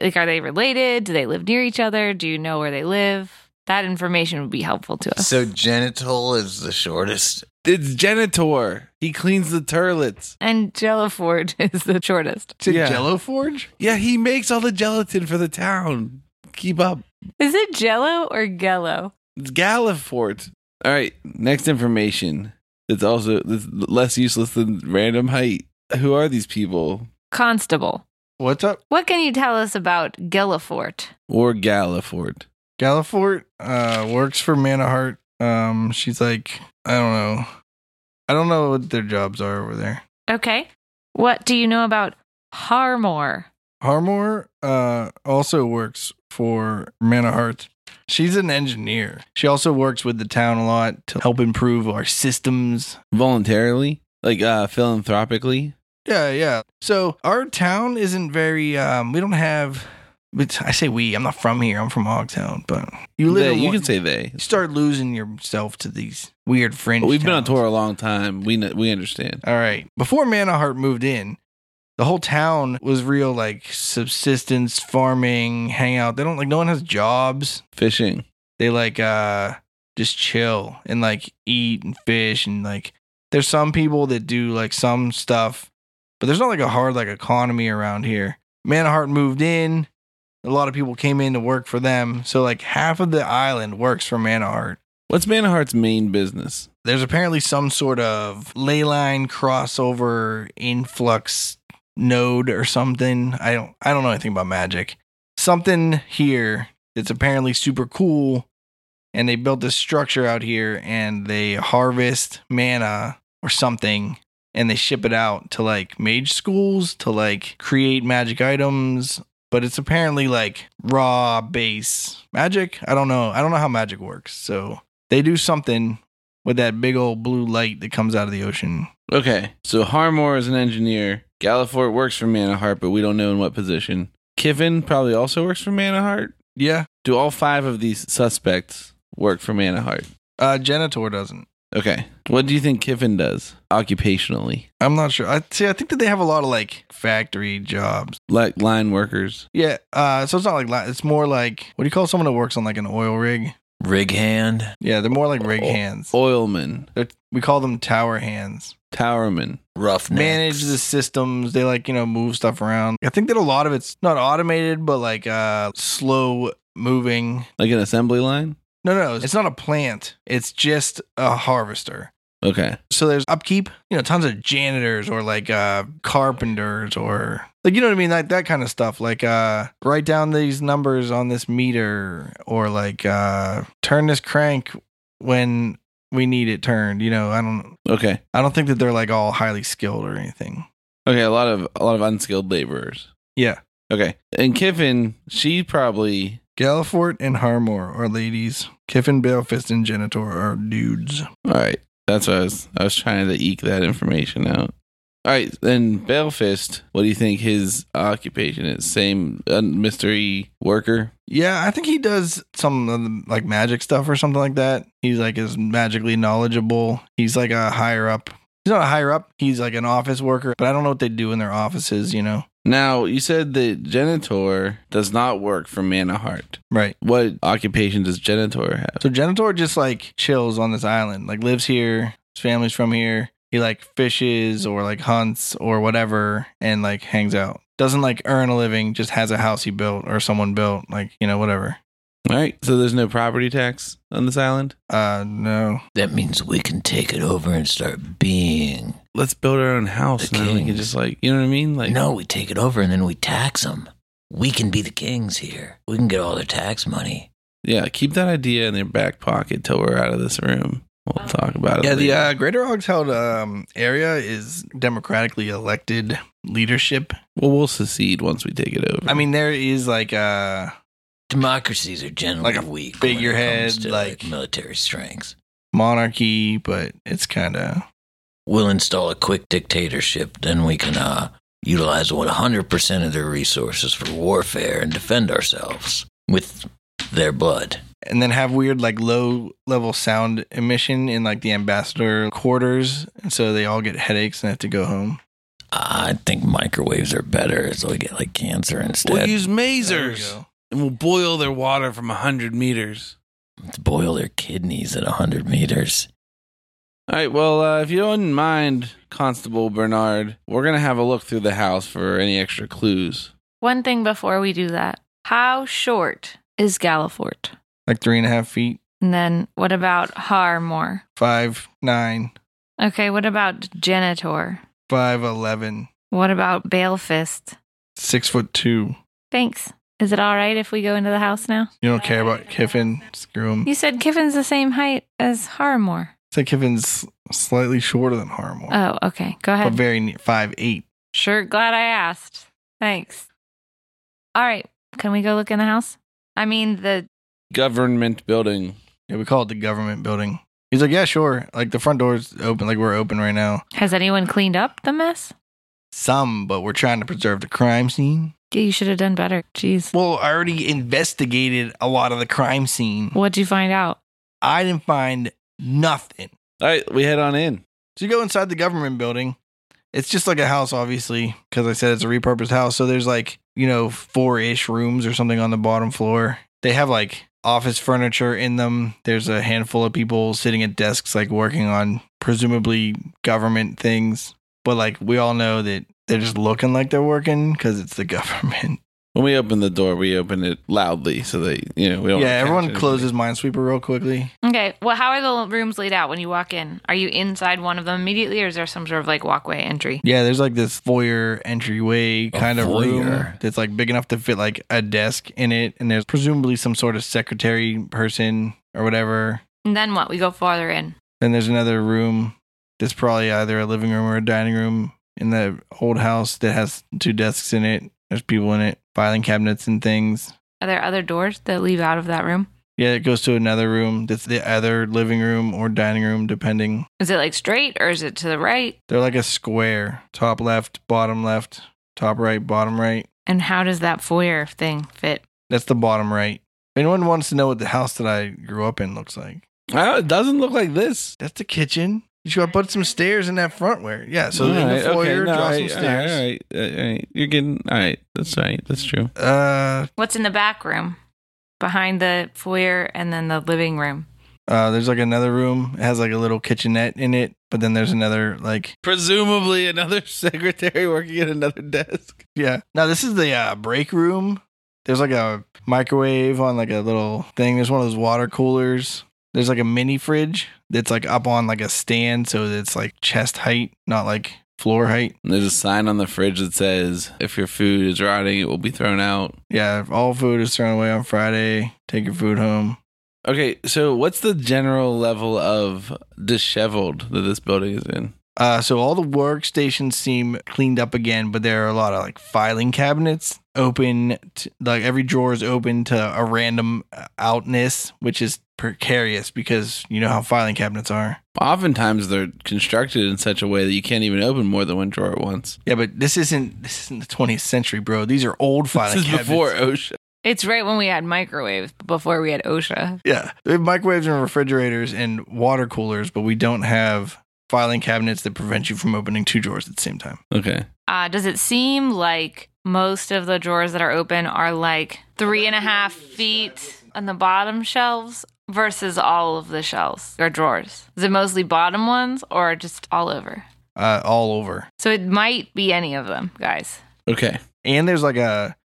S3: Like, are they related? Do they live near each other? Do you know where they live? That information would be helpful to us.
S6: So genital is the shortest.
S5: It's Genitor. He cleans the turlets.
S3: and Jelliford is the shortest.
S1: To
S5: Yeah.
S1: Jello Forge?
S5: Yeah, he makes all the gelatin for the town. Keep up.
S3: Is it Jello or Gello?
S5: It's Gallifort. All right, next information. That's also that's less useless than random height. Who are these people?
S3: Constable.
S1: What's up?
S3: What can you tell us about Gellifort?
S5: Or Gallifort?
S1: Gallifort uh, works for Manahart. Um, she's like, I don't know. I don't know what their jobs are over there.
S3: Okay. What do you know about Harmore?
S1: Harmore uh, also works for Man of Hearts. She's an engineer. She also works with the town a lot to help improve our systems.
S5: voluntarily, like uh philanthropically.
S1: Yeah, yeah. So our town isn't very. Um, we don't have. It's, I say we. I'm not from here. I'm from Hogtown. But you live.
S5: They-
S1: in
S5: you
S1: one-
S5: can say they.
S1: you start losing yourself to these weird fringe.
S5: But we've been on
S1: towns.
S5: tour a long time. We kn- we understand.
S1: All right. Before Manahart moved in, the whole town was real like subsistence farming, hangout. They don't like no one has jobs.
S5: Fishing.
S1: They like uh just chill and like eat and fish and like there's some people that do like some stuff, but there's not like a hard like economy around here. Manahart moved in. A lot of people came in to work for them. So like half of the island works for Manahart
S5: What's Manahart's main business?
S1: there's apparently some sort of ley line crossover influx node or something. I don't I don't know anything about magic. Something here that's apparently super cool and they built this structure out here and they harvest mana or something and they ship it out to like mage schools to like create magic items but it's apparently like raw base magic i don't know i don't know how magic works so they do something with that big old blue light that comes out of the ocean.
S5: Okay, so Harmore is an engineer. Gallifort works for Manahart, but we don't know in what position. Kiffin probably also works for Manahart.
S1: Yeah.
S5: Do all five of these suspects work for Manahart?
S1: Uh, Genitor doesn't.
S5: Okay. What do you think Kiffin does occupationally?
S1: I'm not sure. I see. I think that they have a lot of like factory jobs.
S5: Like line workers.
S1: Yeah. Uh, so it's not like li- it's more like what do you call someone that works on like an oil rig?
S2: Rig hand.
S1: Yeah, they're more like rig
S6: O-
S1: hands.
S5: Oilman.
S1: They're, we call them tower hands.
S5: Towerman.
S6: Rough
S1: Manage the systems. They like you know move stuff around. I think that a lot of it's not automated, but like uh slow moving.
S5: Like an assembly line?
S1: No, no, it's not a plant. It's just a harvester.
S5: Okay.
S1: So there's upkeep, you know, tons of janitors or like uh carpenters or like you know what I mean, like that kind of stuff. Like uh write down these numbers on this meter or like uh turn this crank when we need it turned, you know. I don't
S5: Okay.
S1: I don't think that they're like all highly skilled or anything.
S5: Okay, a lot of a lot of unskilled laborers.
S1: Yeah.
S5: Okay. And Kiffin, she probably
S1: Gallifort and Harmore are ladies. Kiffin, Balefist, and Genitor are dudes.
S5: all right. That's what I was I was trying to eke that information out. All right, then Balefist, what do you think his occupation is? Same uh, mystery worker?
S1: Yeah, I think he does some of the, like magic stuff or something like that. He's like is magically knowledgeable. He's like a higher up. He's not a higher up. He's like an office worker, but I don't know what they do in their offices. You know,
S5: Now, you said that Genitor does not work for Manahart.
S1: right?
S5: What occupation does Genitor have?
S1: So Genitor just like chills on this island. Like lives here. His family's from here. He like fishes or like hunts or whatever, and like hangs out. Doesn't like earn a living. Just has a house he built or someone built. Like you know whatever.
S5: All right, so there's no property tax on this island.
S1: Uh no.
S2: That means we can take it over and start being.
S5: Let's build our own house,
S2: The
S5: and then we can
S2: kings.
S5: just like, you know what I mean? Like,
S2: No, we take it over and then we tax them. We can be the kings here. We can get all their tax money.
S5: Yeah, keep that idea in their back pocket till we're out of this room. We'll talk about it.
S1: Yeah, the
S5: later.
S1: uh, Greater Hogtown um, area is democratically elected leadership.
S5: well, we'll secede once we take it over.
S1: I mean, there is like uh,
S2: Democracies are generally
S1: Like a
S2: weak.
S1: figurehead,
S2: when it comes to,
S1: like-
S2: military strength.
S1: monarchy, but it's kind of
S2: We'll install a quick dictatorship, then we can uh, utilize 100% of their resources for warfare and defend ourselves with their blood.
S1: and then have weird like low level sound emission in like the ambassador quarters, and so they all get headaches and have to go home.
S2: I think microwaves are better, so we get like cancer instead.
S5: we'll use
S1: There we
S5: mazers
S1: go.
S5: and we'll boil their water from 100 meters.
S2: to boil their kidneys at 100 meters.
S5: All right, well, uh, if you don't mind, Constable Bernard, we're going to have a look through the house for any extra clues.
S3: One thing before we do that. How short is Gallifort?
S1: Like three and a half feet,
S3: And then what about Harmore?
S1: five nine,
S3: Okay, what about Janitor?
S1: five eleven,
S3: What about Balefist?
S1: six foot two.
S3: Thanks. Is it all right if we go into the house now?
S1: You don't care about Kiffin. Screw him.
S3: You said Kiffin's the same height as Harmore.
S1: So Kiffin's slightly shorter than Harmore,
S3: Oh, okay.
S1: but
S3: Go ahead.
S1: very near five eight.
S3: Sure. Glad I asked. Thanks. All right. Can we go look in the house? I mean, the
S5: Government building.
S1: Yeah, we call it the government building. He's like, yeah, sure. Like the front door's open, like we're open right now.
S3: has anyone cleaned up the mess?
S1: Some, but we're trying to preserve the crime scene.
S3: Yeah, you should have done better. Jeez.
S1: Well, I already investigated a lot of the crime scene.
S3: What'd you find out?
S1: I didn't find nothing.
S5: All right, we head on in.
S1: So you go inside the government building. It's just like a house, obviously, because I said it's a repurposed house. So there's like, you know, four ish rooms or something on the bottom floor. They have like office furniture in them. There's a handful of people sitting at desks, like working on presumably government things. But like, we all know that they're just looking like they're working because it's the government.
S5: When we open the door, we open it loudly so they, you know, we don't.
S1: Yeah, everyone
S5: attract
S1: closes Minesweeper real quickly.
S3: Okay. Well, how are the rooms laid out when you walk in? Are you inside one of them immediately, or is there some sort of like walkway entry?
S1: Yeah, there's like this foyer entryway
S2: A
S1: kind of room
S2: foyer.
S1: that's like big enough to fit like a desk in it, and there's presumably some sort of secretary person or whatever.
S3: And then what? We go farther in.
S1: Then there's another room that's probably either a living room or a dining room in the old house that has two desks in it. There's people in it, filing cabinets and things.
S3: Are there other doors that lead out of that room?
S1: Yeah, it goes to another room that's the other living room or dining room, depending.
S3: Is it like straight, or is it to the right?
S1: They're like a square top left, bottom left, top right, bottom right.
S3: And how does that foyer thing fit?
S1: That's the bottom right. If anyone wants to know what the house that I grew up in looks like,
S5: I don't, it doesn't look like this.
S1: that's the kitchen. You should put some stairs in that front where. Yeah, so in
S5: Alright,
S1: the foyer, draw
S5: no,
S1: some
S5: alright,
S1: stairs.
S5: alright, alright, alright. You're getting all right. That's all right. That's true.
S1: Uh,
S3: What's in the back room, behind the foyer, and then the living room?
S1: uh, there's like another room. It has like a little kitchenette in it, but then there's another like
S5: Presumably, another secretary working at another desk.
S1: yeah. Now this is the uh, break room. There's like a microwave on like a little thing. There's one of those water coolers. There's like a mini fridge that's like up on like a stand, so that it's like chest height, not like floor height.
S5: And there's a sign on the fridge that says, "If your food is rotting, it will be thrown out."
S1: Yeah, if all food is thrown away on Friday. Take your food home.
S5: Okay, so what's the general level of disheveled that this building is in?
S1: Uh, so all the workstations seem cleaned up again, but there are a lot of like filing cabinets open. To, like every drawer is open to a random uh, outness, which is precarious because you know how filing cabinets are.
S5: Oftentimes, they're constructed in such a way that you can't even open more than one drawer at once.
S1: Yeah, but this isn't this isn't the 20th century, bro. These are old
S5: This
S1: filing
S5: is
S1: cabinets.
S5: before OSHA.
S3: It's right when we had microwaves, before we had OSHA.
S1: Yeah, we have microwaves and refrigerators and water coolers, but we don't have filing cabinets that prevent you from opening two drawers at the same time.
S5: Okay.
S3: Uh, does it seem like most of the drawers that are open are like three and a half feet on the bottom shelves versus all of the shelves or drawers? Is it mostly bottom ones or just all over?
S1: Uh, all over.
S3: So it might be any of them, guys.
S5: Okay.
S1: And there's like a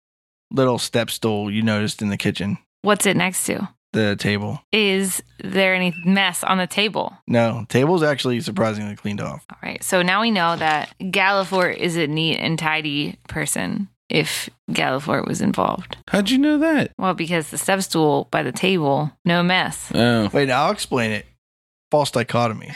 S1: little step stool you noticed in the kitchen,
S3: What's it next to?
S1: the table.
S3: Is there any mess on the table?
S1: No, table's actually surprisingly cleaned off.
S3: All right. So now we know that Gallifort is a neat and tidy person if Gallifort was involved.
S5: How'd you know that?
S3: Well, because the step stool by the table, no mess.
S5: Oh.
S1: Wait, I'll explain it. False dichotomy.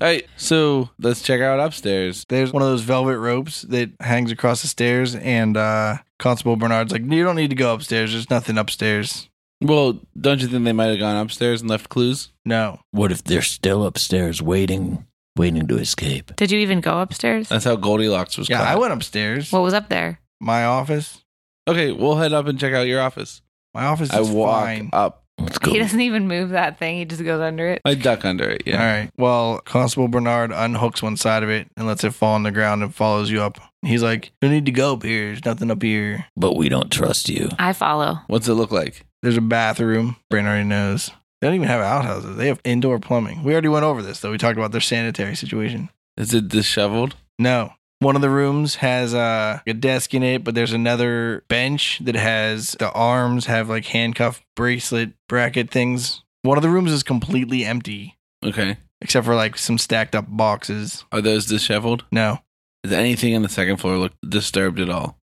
S5: All right. So let's check out upstairs.
S1: There's one of those velvet ropes that hangs across the stairs, and uh, Constable Bernard's like, You don't need to go upstairs. There's nothing upstairs.
S5: Well, don't you think they might have gone upstairs and left clues?
S1: No.
S2: What if they're still upstairs waiting, waiting to escape?
S3: Did you even go upstairs?
S5: That's how Goldilocks was
S1: Yeah,
S5: caught.
S1: I went upstairs.
S3: What was up there?
S1: my office.
S5: okay, we'll head up and check out your office.
S1: My office is
S5: I walk
S1: fine.
S5: up.
S2: Let's go.
S3: He doesn't even move that thing. He just goes under it.
S5: I duck under it. Yeah.
S1: All right. Well, Constable Bernard unhooks one side of it and lets it fall on the ground and follows you up. He's like, You need to go up here. There's nothing up here.
S2: But we don't trust you.
S3: I follow.
S5: What's it look like?
S1: There's a bathroom. Brandon already knows. They don't even have outhouses. They have indoor plumbing. We already went over this though. We talked about their sanitary situation.
S5: Is it disheveled?
S1: No. One of the rooms has uh, a desk in it, but there's another bench that has the arms have like handcuff bracelet bracket things. One of the rooms is completely empty
S5: Okay.
S1: except for like some stacked up boxes.
S5: Are those disheveled?
S1: No.
S5: Does anything on the second floor look disturbed at all?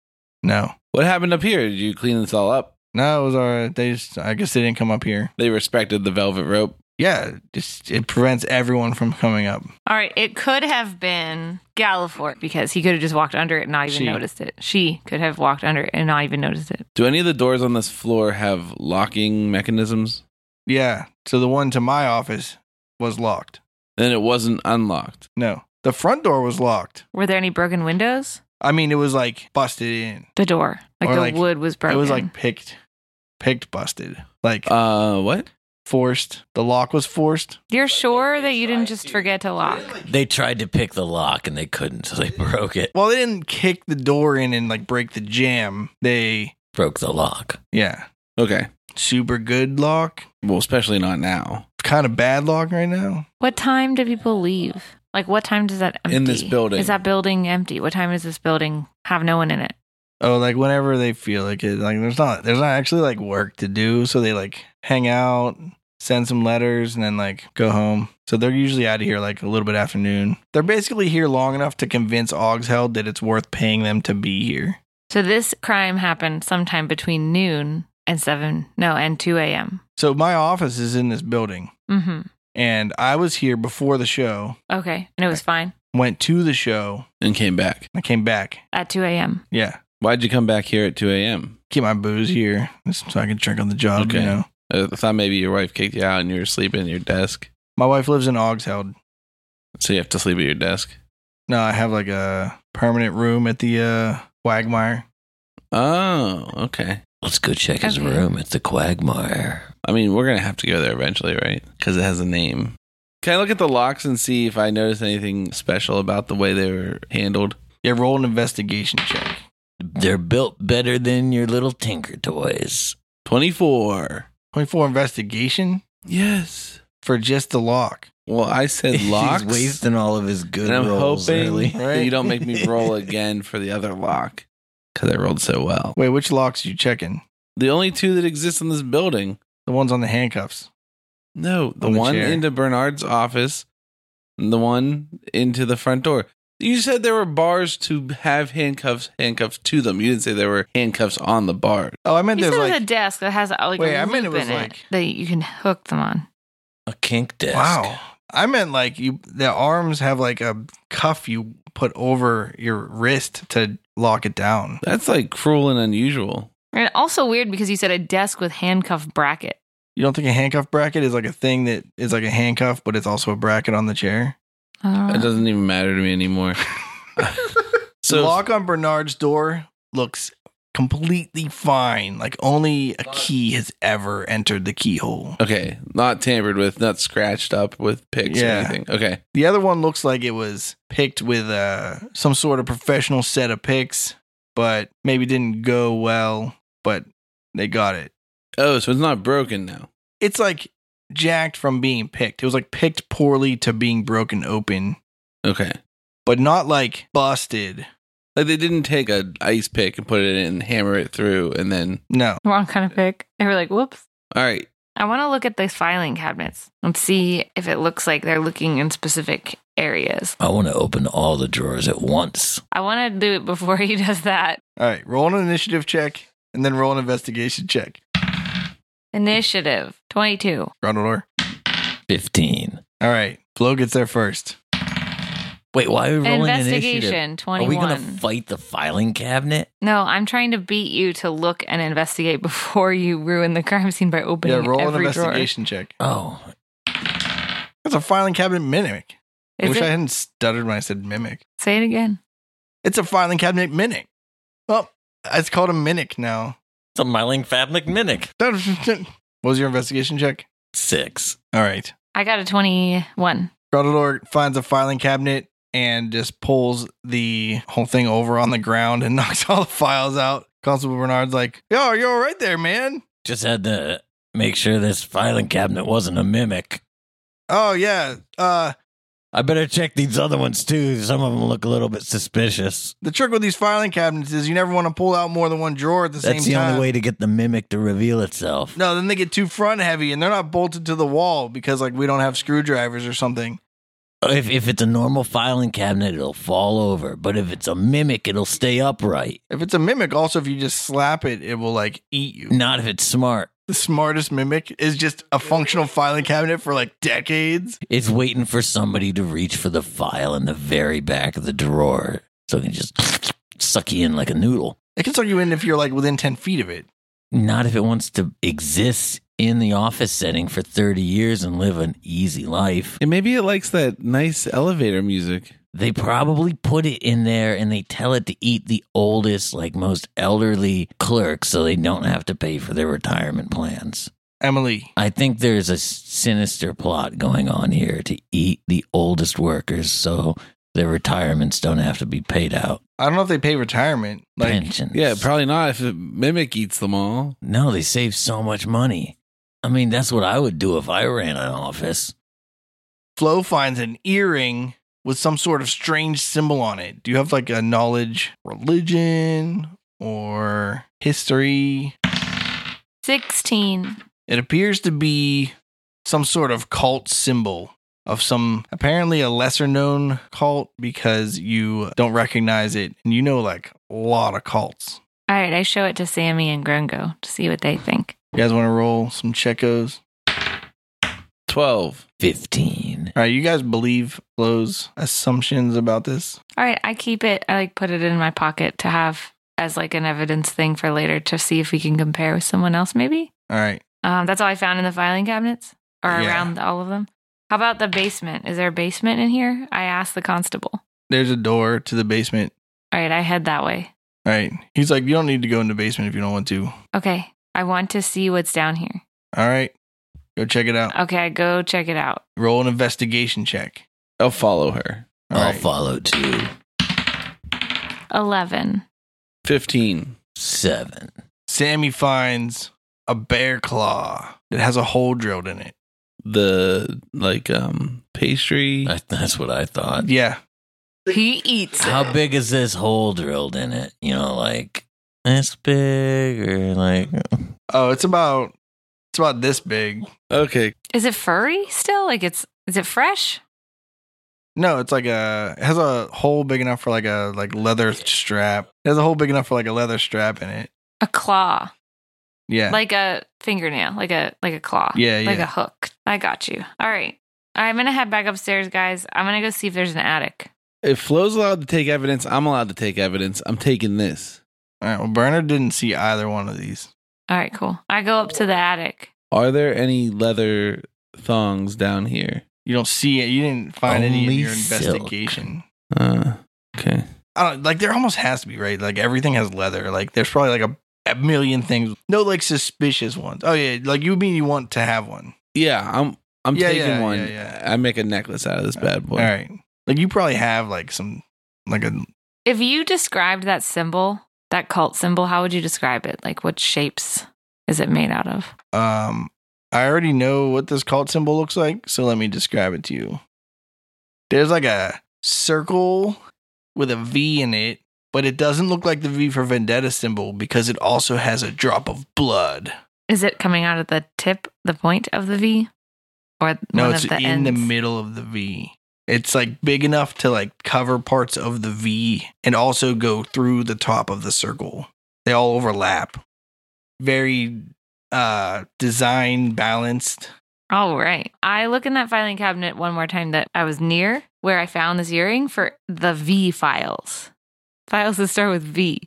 S1: No.
S5: What happened up here? Did you clean this all up?
S1: No, it was all right. They just, I guess they didn't come up here.
S5: They respected the velvet rope.
S1: Yeah, just it prevents everyone from coming up.
S3: All right, it could have been Gallifort because he could have just walked under it and not even
S1: She.
S3: noticed it. She could have walked under it and not even noticed it.
S5: Do any of the doors on this floor have locking mechanisms?
S1: Yeah, so the one to my office was locked.
S5: Then it wasn't unlocked.
S1: No, the front door was locked.
S3: Were there any broken windows?
S1: I mean, it was like busted in.
S3: The door, like
S1: Or
S3: the
S1: like-
S3: wood was broken.
S1: It was like picked, picked, busted, like
S5: Uh, what?
S1: forced. The lock was forced.
S3: You're sure that you didn't just forget to lock?
S2: They tried to pick the lock and they couldn't, so they broke it.
S1: Well, they didn't kick the door in and like break the jam. They,
S2: Broke the lock.
S1: yeah,
S5: Okay.
S1: super good lock,
S5: Well, especially not now.
S1: kind of bad lock right now.
S3: What time do people leave? Like, what time does that empty?
S5: In this building.
S3: Is that building empty? What time does this building have no one in it?
S1: Oh, like whenever they feel like it. Like there's not there's not actually like work to do, so they like hang out, send some letters, and then like go home. So they're usually out of here like a little bit after noon. They're basically here long enough to convince Augsheld that it's worth paying them to be here.
S3: So this crime happened sometime between noon and 7, no, and 2 a.m.
S1: So my office is in this building,
S3: Mm-hmm.
S1: and I was here before the show,
S3: Okay. And it was fine
S1: went to the show,
S5: And came back.
S1: I came back.
S3: at 2 a.m.
S1: Yeah.
S5: Why'd you come back here at 2 a.m.?
S1: Keep my booze here just so I can drink on the job,
S5: Okay.
S1: you know.
S5: I thought maybe your wife kicked you out and you were sleeping at your desk.
S1: My wife lives in Augsheld.
S5: So you have to sleep at your desk.
S1: No, I have like a permanent room at the uh Wagmire.
S5: Oh, okay.
S2: Let's go check his
S3: Okay.
S2: room at the quagmire.
S5: I mean, we're going to have to go there eventually, right? Because it has a name. Can I look at the locks and see if I noticed anything special about the way they were handled?
S1: Yeah, roll an investigation check.
S2: They're built better than your little tinker toys.
S5: 24.
S1: 24 investigation
S5: Yes.
S1: for just the lock.
S5: Well, I said locks.
S6: He's wasting all of his good
S5: and I'm
S6: rolls
S5: hoping
S6: early.
S5: that you don't make me roll again for the other lock because I rolled so well.
S1: Wait, which locks you checking?
S5: The only two that exist in this building.
S1: The ones on the handcuffs.
S5: No, the,
S1: On the
S5: one
S1: chair.
S5: into Bernard's office and the one into the front door. You said there were bars to have handcuffs handcuffs to them. You didn't say there were handcuffs on the bar.
S1: Oh, I meant
S3: You said
S1: there's
S3: it was a
S1: like
S3: desk that has uh, like
S1: Wait,
S3: a
S1: I meant it
S3: loop
S1: was
S3: in
S1: like-
S3: that you can hook them on.
S2: A kink desk.
S1: wow. I meant like you the arms have like a cuff you put over your wrist to lock it down.
S5: That's like cruel and unusual.
S3: And also weird because you said a desk with handcuff bracket.
S1: You don't think a handcuff bracket is like a thing that is like a handcuff, but it's also a bracket on the chair?
S3: I don't
S5: It
S3: know.
S5: doesn't even matter to me anymore.
S1: the
S5: so
S1: lock on Bernard's door looks completely fine. Like only a key has ever entered the keyhole.
S5: okay, not tampered with, not scratched up with picks
S1: Yeah.
S5: or anything. Okay,
S1: The other one looks like it was picked with uh, some sort of professional set of picks, but maybe didn't go well, but they got it.
S5: Oh, so it's not broken now.
S1: It's like jacked from being picked. It was like picked poorly to being broken open,
S5: Okay.
S1: but not like busted.
S5: Like they didn't take a ice pick and put it in and hammer it through and then
S1: No.
S3: Wrong kind of pick. They were like, whoops.
S5: all right.
S3: I want to look at those filing cabinets and see if it looks like they're looking in specific areas.
S2: I want to open all the drawers at once.
S3: I want to do it before he does that.
S1: All right, roll an initiative check and then roll an investigation check.
S3: Initiative 22.
S1: Grundle door.
S2: 15.
S1: All right, Flo gets there first.
S2: Wait, why are we rolling initiative?
S3: Investigation
S2: Are we
S3: 21.
S2: going to fight the filing cabinet?
S3: no, I'm trying to beat you to look and investigate before you ruin the crime scene by
S1: Yeah,
S3: opening
S1: roll an
S3: every drawer.
S1: investigation check.
S2: Oh,
S1: That's a filing cabinet mimic. I
S3: Is
S1: wish
S3: it-
S1: I hadn't stuttered when I said mimic.
S3: Say it again.
S1: It's a filing cabinet mimic. Well, it's called a mimic now.
S2: it's a Myling Fabric Mimic.
S1: what was your investigation check?
S2: Six.
S1: All right.
S3: I got a 21.
S1: Grottador finds a filing cabinet and just pulls the whole thing over on the ground and knocks all the files out. Constable Bernard's like, yo, you're all right there, man.
S2: Just had to make sure this filing cabinet wasn't a mimic.
S1: Oh, yeah. Uh,
S2: I better check these other ones too. Some of them look a little bit suspicious.
S1: the trick with these filing cabinets is you never want to pull out more than one drawer at the
S2: That's
S1: same
S2: the
S1: time.
S2: only way to get the mimic to reveal itself.
S1: No, then they get too front heavy and they're not bolted to the wall because like we don't have screwdrivers or something.
S2: If, if it's a normal filing cabinet, it'll fall over. But if it's a mimic, it'll stay upright.
S1: If it's a mimic, also if you just slap it, it will like eat you.
S2: Not if it's smart.
S1: the smartest mimic is just a functional filing cabinet for like decades.
S2: It's waiting for somebody to reach for the file in the very back of the drawer so it can just suck you in like a noodle.
S1: It can suck you in if you're like within 10 feet of it.
S2: Not if it wants to exist in the office setting for 30 years and live an easy life.
S5: And maybe it likes that nice elevator music.
S2: They probably put it in there and they tell it to eat the oldest, like most elderly clerks so they don't have to pay for their retirement plans.
S1: Emily,
S2: I think there's a sinister plot going on here to eat the oldest workers so their retirements don't have to be paid out.
S1: I don't know if they pay retirement. Like,
S2: Pensions.
S5: Yeah, probably not if Mimic eats them all.
S2: No, they save so much money. I mean, that's what I would do if I ran an office.
S1: Flo finds an earring with some sort of strange symbol on it. Do you have like a knowledge, religion, or history?
S3: 16.
S1: It appears to be some sort of cult symbol of some apparently a lesser known cult because you don't recognize it. And you know, like a lot of cults.
S3: All right, I show it to Sammy and Grungo to see what they think.
S1: You guys want to roll some Checos?
S5: 12.
S2: 15.
S1: All right, you guys believe Flo's assumptions about this?
S3: All right, I keep it. I like put it in my pocket to have as like an evidence thing for later to see if we can compare with someone else. Maybe
S1: All right.
S3: um, that's all I found in the filing cabinets or
S1: Yeah.
S3: around all of them. How about the basement? Is there a basement in here? I asked the constable.
S1: There's a door to the basement.
S3: All right, I head that way.
S1: All right. He's like, you don't need to go in the basement if you don't want to.
S3: Okay, I want to see what's down here.
S1: All right. Go check it out.
S3: Okay, I go check it out.
S1: Roll an investigation check.
S5: I'll follow her.
S1: All
S2: I'll
S1: right.
S2: follow two.
S3: Eleven.
S5: 15.
S2: Seven.
S1: Sammy finds a bear claw that has a hole drilled in it.
S5: The like um pastry.
S2: I, that's what I thought.
S1: Yeah.
S3: He eats. it.
S2: How big is this hole drilled in it? You know, like this big or like.
S1: Oh, it's about it's about this big.
S5: Okay.
S3: Is it furry still? Like it's is it fresh?
S1: No, it's like a it has a hole big enough for like a like leather strap. It has a hole big enough for like a leather strap in it.
S3: A claw.
S1: Yeah.
S3: like a fingernail, like a like a claw,
S1: Yeah,
S3: like
S1: yeah.
S3: a hook. I got you. All right, I'm gonna head back upstairs, guys. I'm gonna go see if there's an attic.
S5: If Flo's allowed to take evidence, I'm allowed to take evidence. I'm taking this.
S1: All right. Well, Bernard didn't see either one of these.
S3: All right, cool. I go up to the attic.
S5: Are there any leather thongs down here?
S1: You don't see it. You didn't find any in
S2: Only
S1: your
S2: silk.
S1: investigation.
S5: Uh okay.
S1: I don't like there almost has to be, right? Like everything has leather. Like there's probably like a, a million things. No like suspicious ones. Oh yeah, like you mean you want to have one.
S5: Yeah, I'm I'm
S1: Yeah,
S5: taking
S1: yeah,
S5: one.
S1: yeah, yeah.
S5: I make a necklace out of this bad boy.
S1: All right. Like you probably have like some like a
S3: If you described that symbol, that cult symbol, how would you describe it? Like, what shapes is it made out of?
S1: um I already know what this cult symbol looks like, so let me describe it to you. There's like a circle with a V in it, but it doesn't look like the V for Vendetta symbol because it also has a drop of blood.
S3: Is it coming out of the tip, the point of the V, or
S1: No,
S3: one
S1: it's
S3: of the
S1: in
S3: ends?
S1: the middle of the V. It's like big enough to like cover parts of the V and also go through the top of the circle. They all overlap. Very uh design balanced.
S3: All right. I look in that filing cabinet one more time that I was near where I found this earring for the V files. Files that start with V.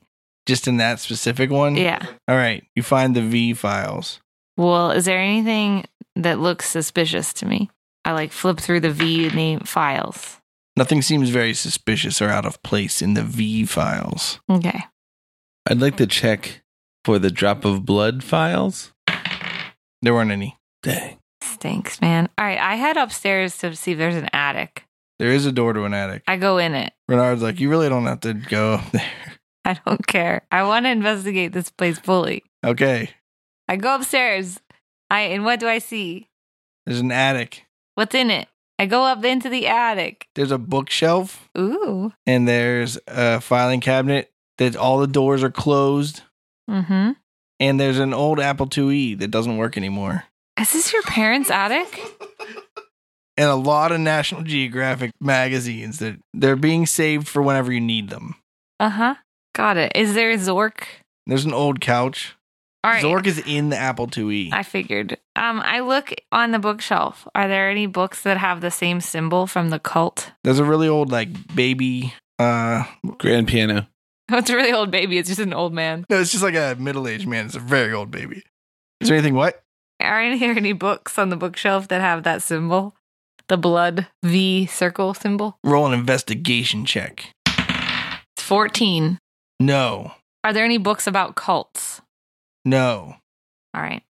S1: Just in that specific one.
S3: Yeah.
S1: All right. You find the V files.
S3: Well, is there anything that looks suspicious to me? I like flip through the V name files.
S1: Nothing seems very suspicious or out of place in the V files.
S3: Okay.
S5: I'd like to check for the drop of blood files.
S1: There weren't any.
S5: Dang.
S3: Stinks, man. All right. I head upstairs to see if there's an attic.
S1: There is a door to an attic.
S3: I go in it.
S1: Renard's like, you really don't have to go up there.
S3: I don't care. I want to investigate this place fully.
S1: Okay.
S3: I go upstairs. I and what do I see?
S1: There's an attic.
S3: What's in it? I go up into the attic.
S1: There's a bookshelf
S3: Ooh.
S1: and there's a filing cabinet that all the doors are closed
S3: Mm-hmm.
S1: and there's an old Apple IIe that doesn't work anymore.
S3: Is this your parents' attic?
S1: And a lot of National Geographic magazines that they're being saved for whenever you need them.
S3: Uh huh. Got it. Is there a Zork?
S1: There's an old couch.
S3: All right.
S1: Zork is in the Apple IIe.
S3: I figured. Um, I look on the bookshelf. Are there any books that have the same symbol from the cult?
S1: There's a really old like baby. Uh,
S5: Grand piano.
S3: Oh, it's a really old baby. It's just an old man.
S1: no, it's just like a middle aged man. It's a very old baby. Is there anything? What?
S3: Are any there any books on the bookshelf that have that symbol? The blood V circle symbol?
S1: Roll an investigation check.
S3: It's 14.
S1: No,
S3: Are there any books about cults?
S1: no.
S3: All right.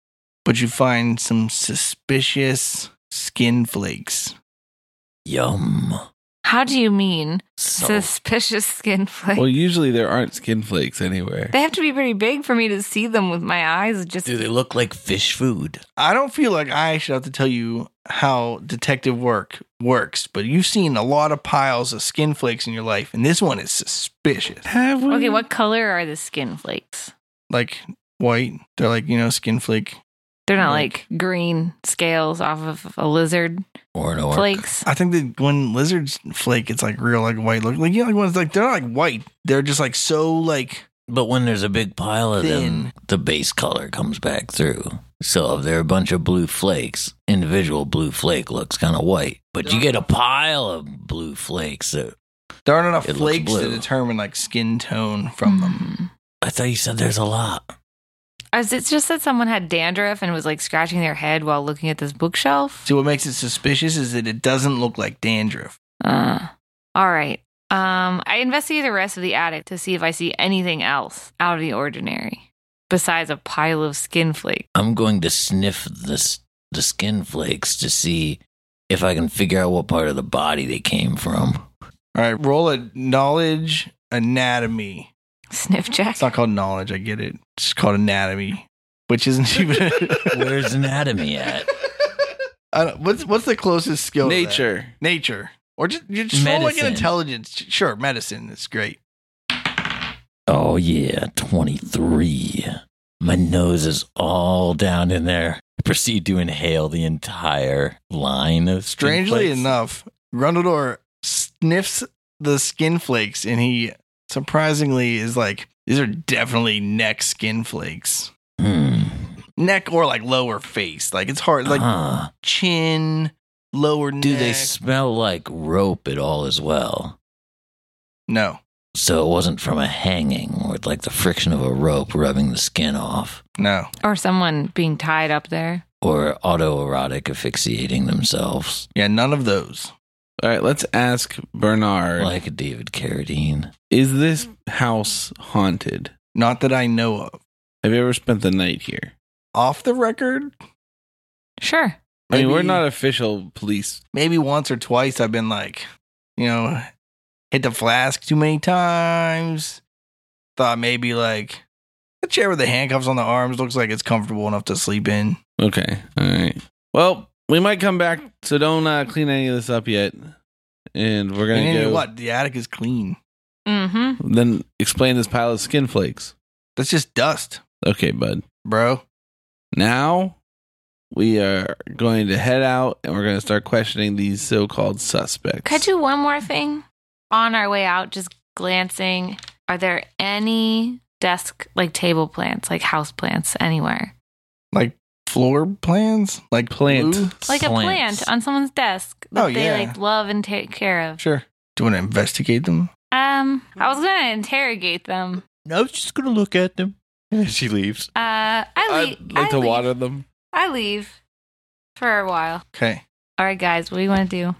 S1: But you find some suspicious skin flakes.
S2: Yum.
S3: How do you mean
S2: So
S3: suspicious skin flakes?
S5: Well, usually there aren't skin flakes anywhere.
S3: they have to be pretty big for me to see them with my eyes. Just
S2: do they look like fish food?
S1: I don't feel like I should have to tell you how detective work works, but you've seen a lot of piles of skin flakes in your life, and this one is suspicious.
S5: Have we?
S3: Okay,
S1: Mm-hmm.
S3: what color are the skin flakes?
S1: Like white, they're like you know skin flake.
S3: They're not
S1: Like-
S3: like green scales off of a lizard
S2: Or an orc?
S3: flakes.
S1: I think that when lizards flake, it's like real like white look. Like you know, like ones like they're not like white. They're just like so like
S2: But when there's a big pile of
S1: Thin.
S2: them, the base color comes back through. So if there are a bunch of blue flakes, individual blue flake looks kind of white. But you get a pile of blue flakes. That,
S1: there aren't enough
S2: It looks
S1: flakes to
S2: blue.
S1: determine like skin tone from
S3: Hmm.
S1: them.
S2: I thought you said there's a lot.
S3: Is it just that someone had dandruff and was like scratching their head while looking at this bookshelf?
S1: See, what makes it suspicious is that it doesn't look like dandruff.
S3: Uh, all right. Um, I investigate the rest of the attic to see if I see anything else out of the ordinary besides a pile of skin flakes.
S2: I'm going to sniff this the skin flakes to see if I can figure out what part of the body they came from.
S1: All right, roll a knowledge anatomy.
S3: Sniff check.
S1: It's not called knowledge. I get it. It's just called anatomy, which isn't even.
S2: Where's anatomy at?
S1: I don't, what's what's the closest skill? to that?
S5: Nature.
S1: nature, or just you just roll like an
S2: Medicine.
S1: intelligence. Sure, medicine. It's great.
S2: Oh yeah, 23. My nose is all down in there. I proceed to inhale the entire line of skin
S1: Strangely
S2: flakes.
S1: enough, Grundledor sniffs the skin flakes and he surprisingly is like, these are definitely neck skin flakes.
S2: Hmm.
S1: Neck or like lower face. Like it's hard,
S5: Uh-huh.
S1: like
S2: Huh.
S1: chin, lower neck.
S2: do they smell like rope at all as well?
S1: no,
S2: So it wasn't from a hanging or like the friction of a rope rubbing the skin off
S1: no.
S3: Or someone being tied up there.
S2: or autoerotic asphyxiating themselves
S1: Yeah, none of those.
S5: All right, let's ask Bernard.
S2: like David Carradine.
S5: is this house haunted?
S1: Not that I know of.
S5: Have you ever spent the night here?
S1: Off the record,
S3: Sure.
S5: I mean, we're
S1: Maybe-
S5: not official police.
S1: maybe once or twice I've been like, you know, hit the flask too many times. Thought maybe like the chair with the handcuffs on the arms looks like it's comfortable enough to sleep in.
S5: Okay. All right. Well, we might come back, so don't uh, clean any of this up yet. And we're gonna
S1: And
S5: go.
S1: what? The attic is clean.
S3: Mm-hmm.
S5: Then explain this pile of skin flakes.
S1: That's just dust,
S5: Okay, bud.
S1: bro.
S5: Now we are going to head out, and we're going to start questioning these so-called suspects.
S3: Could you one more thing? On our way out, just glancing, are there any desk like table plants, like house plants anywhere?
S1: Like floor plans? Like
S5: plant?
S1: blue?
S3: Like a plant on someone's desk that
S1: Oh,
S3: they
S1: yeah.
S3: like love and take care of.
S1: Sure. Do you want to investigate them?
S3: Um, I was gonna interrogate them.
S2: I was just gonna look at them. she leaves.
S3: Uh, I,
S5: I'd
S3: leave.
S5: like
S3: I
S5: to
S3: leave.
S5: water them.
S3: I leave for a while.
S1: Okay.
S3: All right, guys, what do you want to do?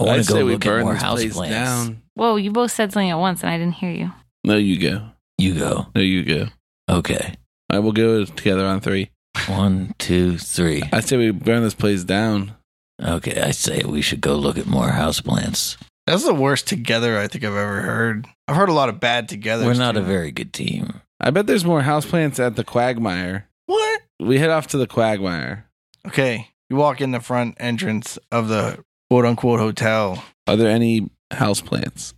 S2: I want
S5: I'd
S2: to go
S5: say we
S2: look at
S5: burn
S2: more
S5: this
S2: house
S5: place
S2: plants.
S5: down.
S3: Whoa, you both said something at once and I didn't hear you.
S5: No, you go.
S2: You go.
S5: No, you go.
S2: Okay.
S5: I will go together on three.
S2: One, two, three.
S5: I say we burn this place down.
S2: Okay, I say we should go look at more house plants.
S1: That's the worst together I think I've ever heard. I've heard a lot of bad together.
S2: We're not a very good team.
S5: I bet there's more houseplants at the quagmire.
S1: What?
S5: We head off to the quagmire.
S1: Okay. You walk in the front entrance of the quote unquote hotel.
S5: Are there any houseplants?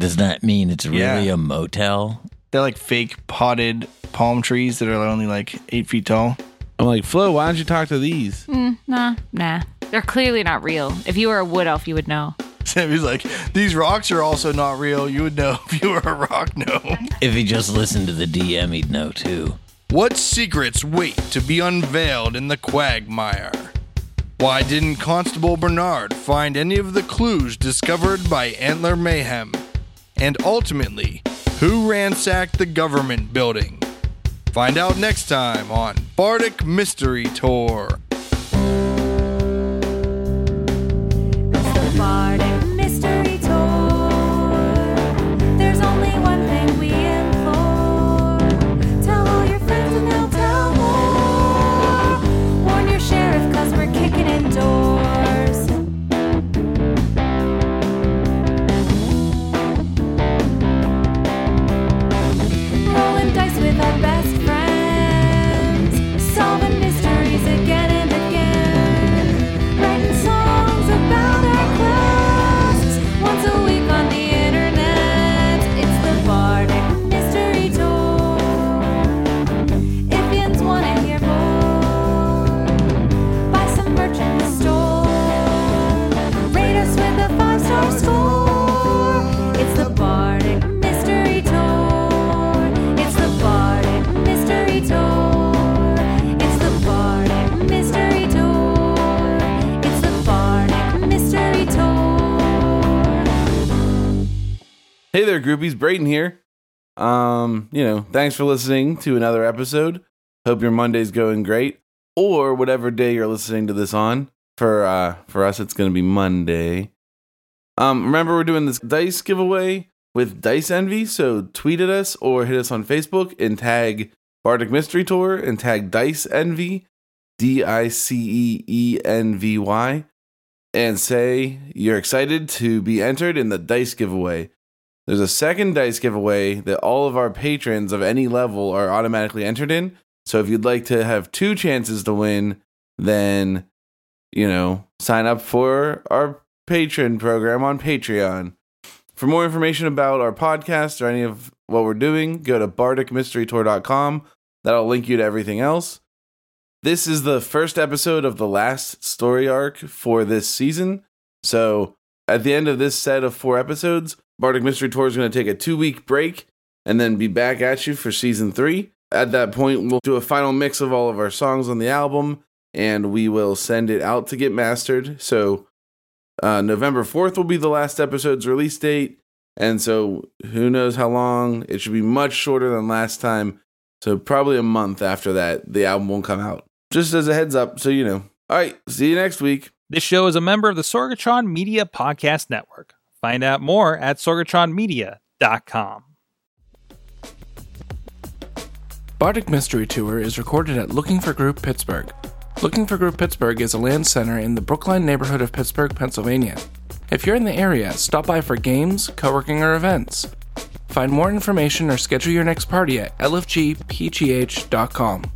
S2: Does that mean it's really
S1: Yeah.
S2: a motel?
S1: They're like fake potted palm trees that are only like eight feet tall.
S5: I'm like, Flo, why don't you talk to these?
S3: Mm, nah, nah. They're clearly not real. If you were a wood elf, you would know.
S1: Sammy's like, these rocks are also not real. You would know if you were a rock gnome.
S2: If he just listened to the DM, he'd know too.
S1: What secrets wait to be unveiled in the quagmire? Why didn't Constable Bernard find any of the clues discovered by Antler Mayhem? And ultimately, who ransacked the government building? Find out next time on Bardic Mystery Tour.
S4: It's the Bardic Mystery Tour. There's only one thing we implore. Tell all your friends and they'll tell more. Warn your sheriff cause we're kicking in doors. Rolling dice with our best friends. Solving mysteries again and again. Writing songs about our quests. Once a week on the internet. It's the Bardic Mystery Tour. If yins wanna hear more, buy some merch in the store. Rate us with a five star score. It's the Bardic Mystery Tour. It's the Bardic Mystery Tour. It's the Bardic Mystery Tour. It's the Bardic Mystery Tour.
S5: Hey there, groupies. Brayden here. Um, you know, thanks for listening to another episode. Hope your Monday's going great, or whatever day you're listening to this on. For uh, for us, it's going to be Monday. Um, remember we're doing this dice giveaway with Dice Envy, so tweet at us or hit us on Facebook and tag Bardic Mystery Tour and tag Dice Envy, D I C E E N V Y, and say you're excited to be entered in the dice giveaway. There's a second dice giveaway that all of our patrons of any level are automatically entered in. So if you'd like to have two chances to win, then you know, sign up for our patron program on Patreon. For more information about our podcast or any of what we're doing, go to bardicmysterytour.com. That'll link you to everything else. This is the first episode of the last story arc for this season. So at the end of this set of four episodes, Bardic Mystery Tour is going to take a two week break and then be back at you for season three. At that point, we'll do a final mix of all of our songs on the album and we will send it out to get mastered. So, uh, November 4th will be the last episode's release date. And so, who knows how long? It should be much shorter than last time. So, probably a month after that, the album won't come out. Just as a heads up, so you know. All right, see you next week.
S7: This show is a member of the Sorgatron Media Podcast Network. Find out more at sorgatronmedia.com.
S8: Bardic Mystery Tour is recorded at Looking for Group Pittsburgh. Looking for Group Pittsburgh is a land center in the Brookline neighborhood of Pittsburgh, Pennsylvania. If you're in the area, stop by for games, co working, or events. Find more information or schedule your next party at lfgpgh.com.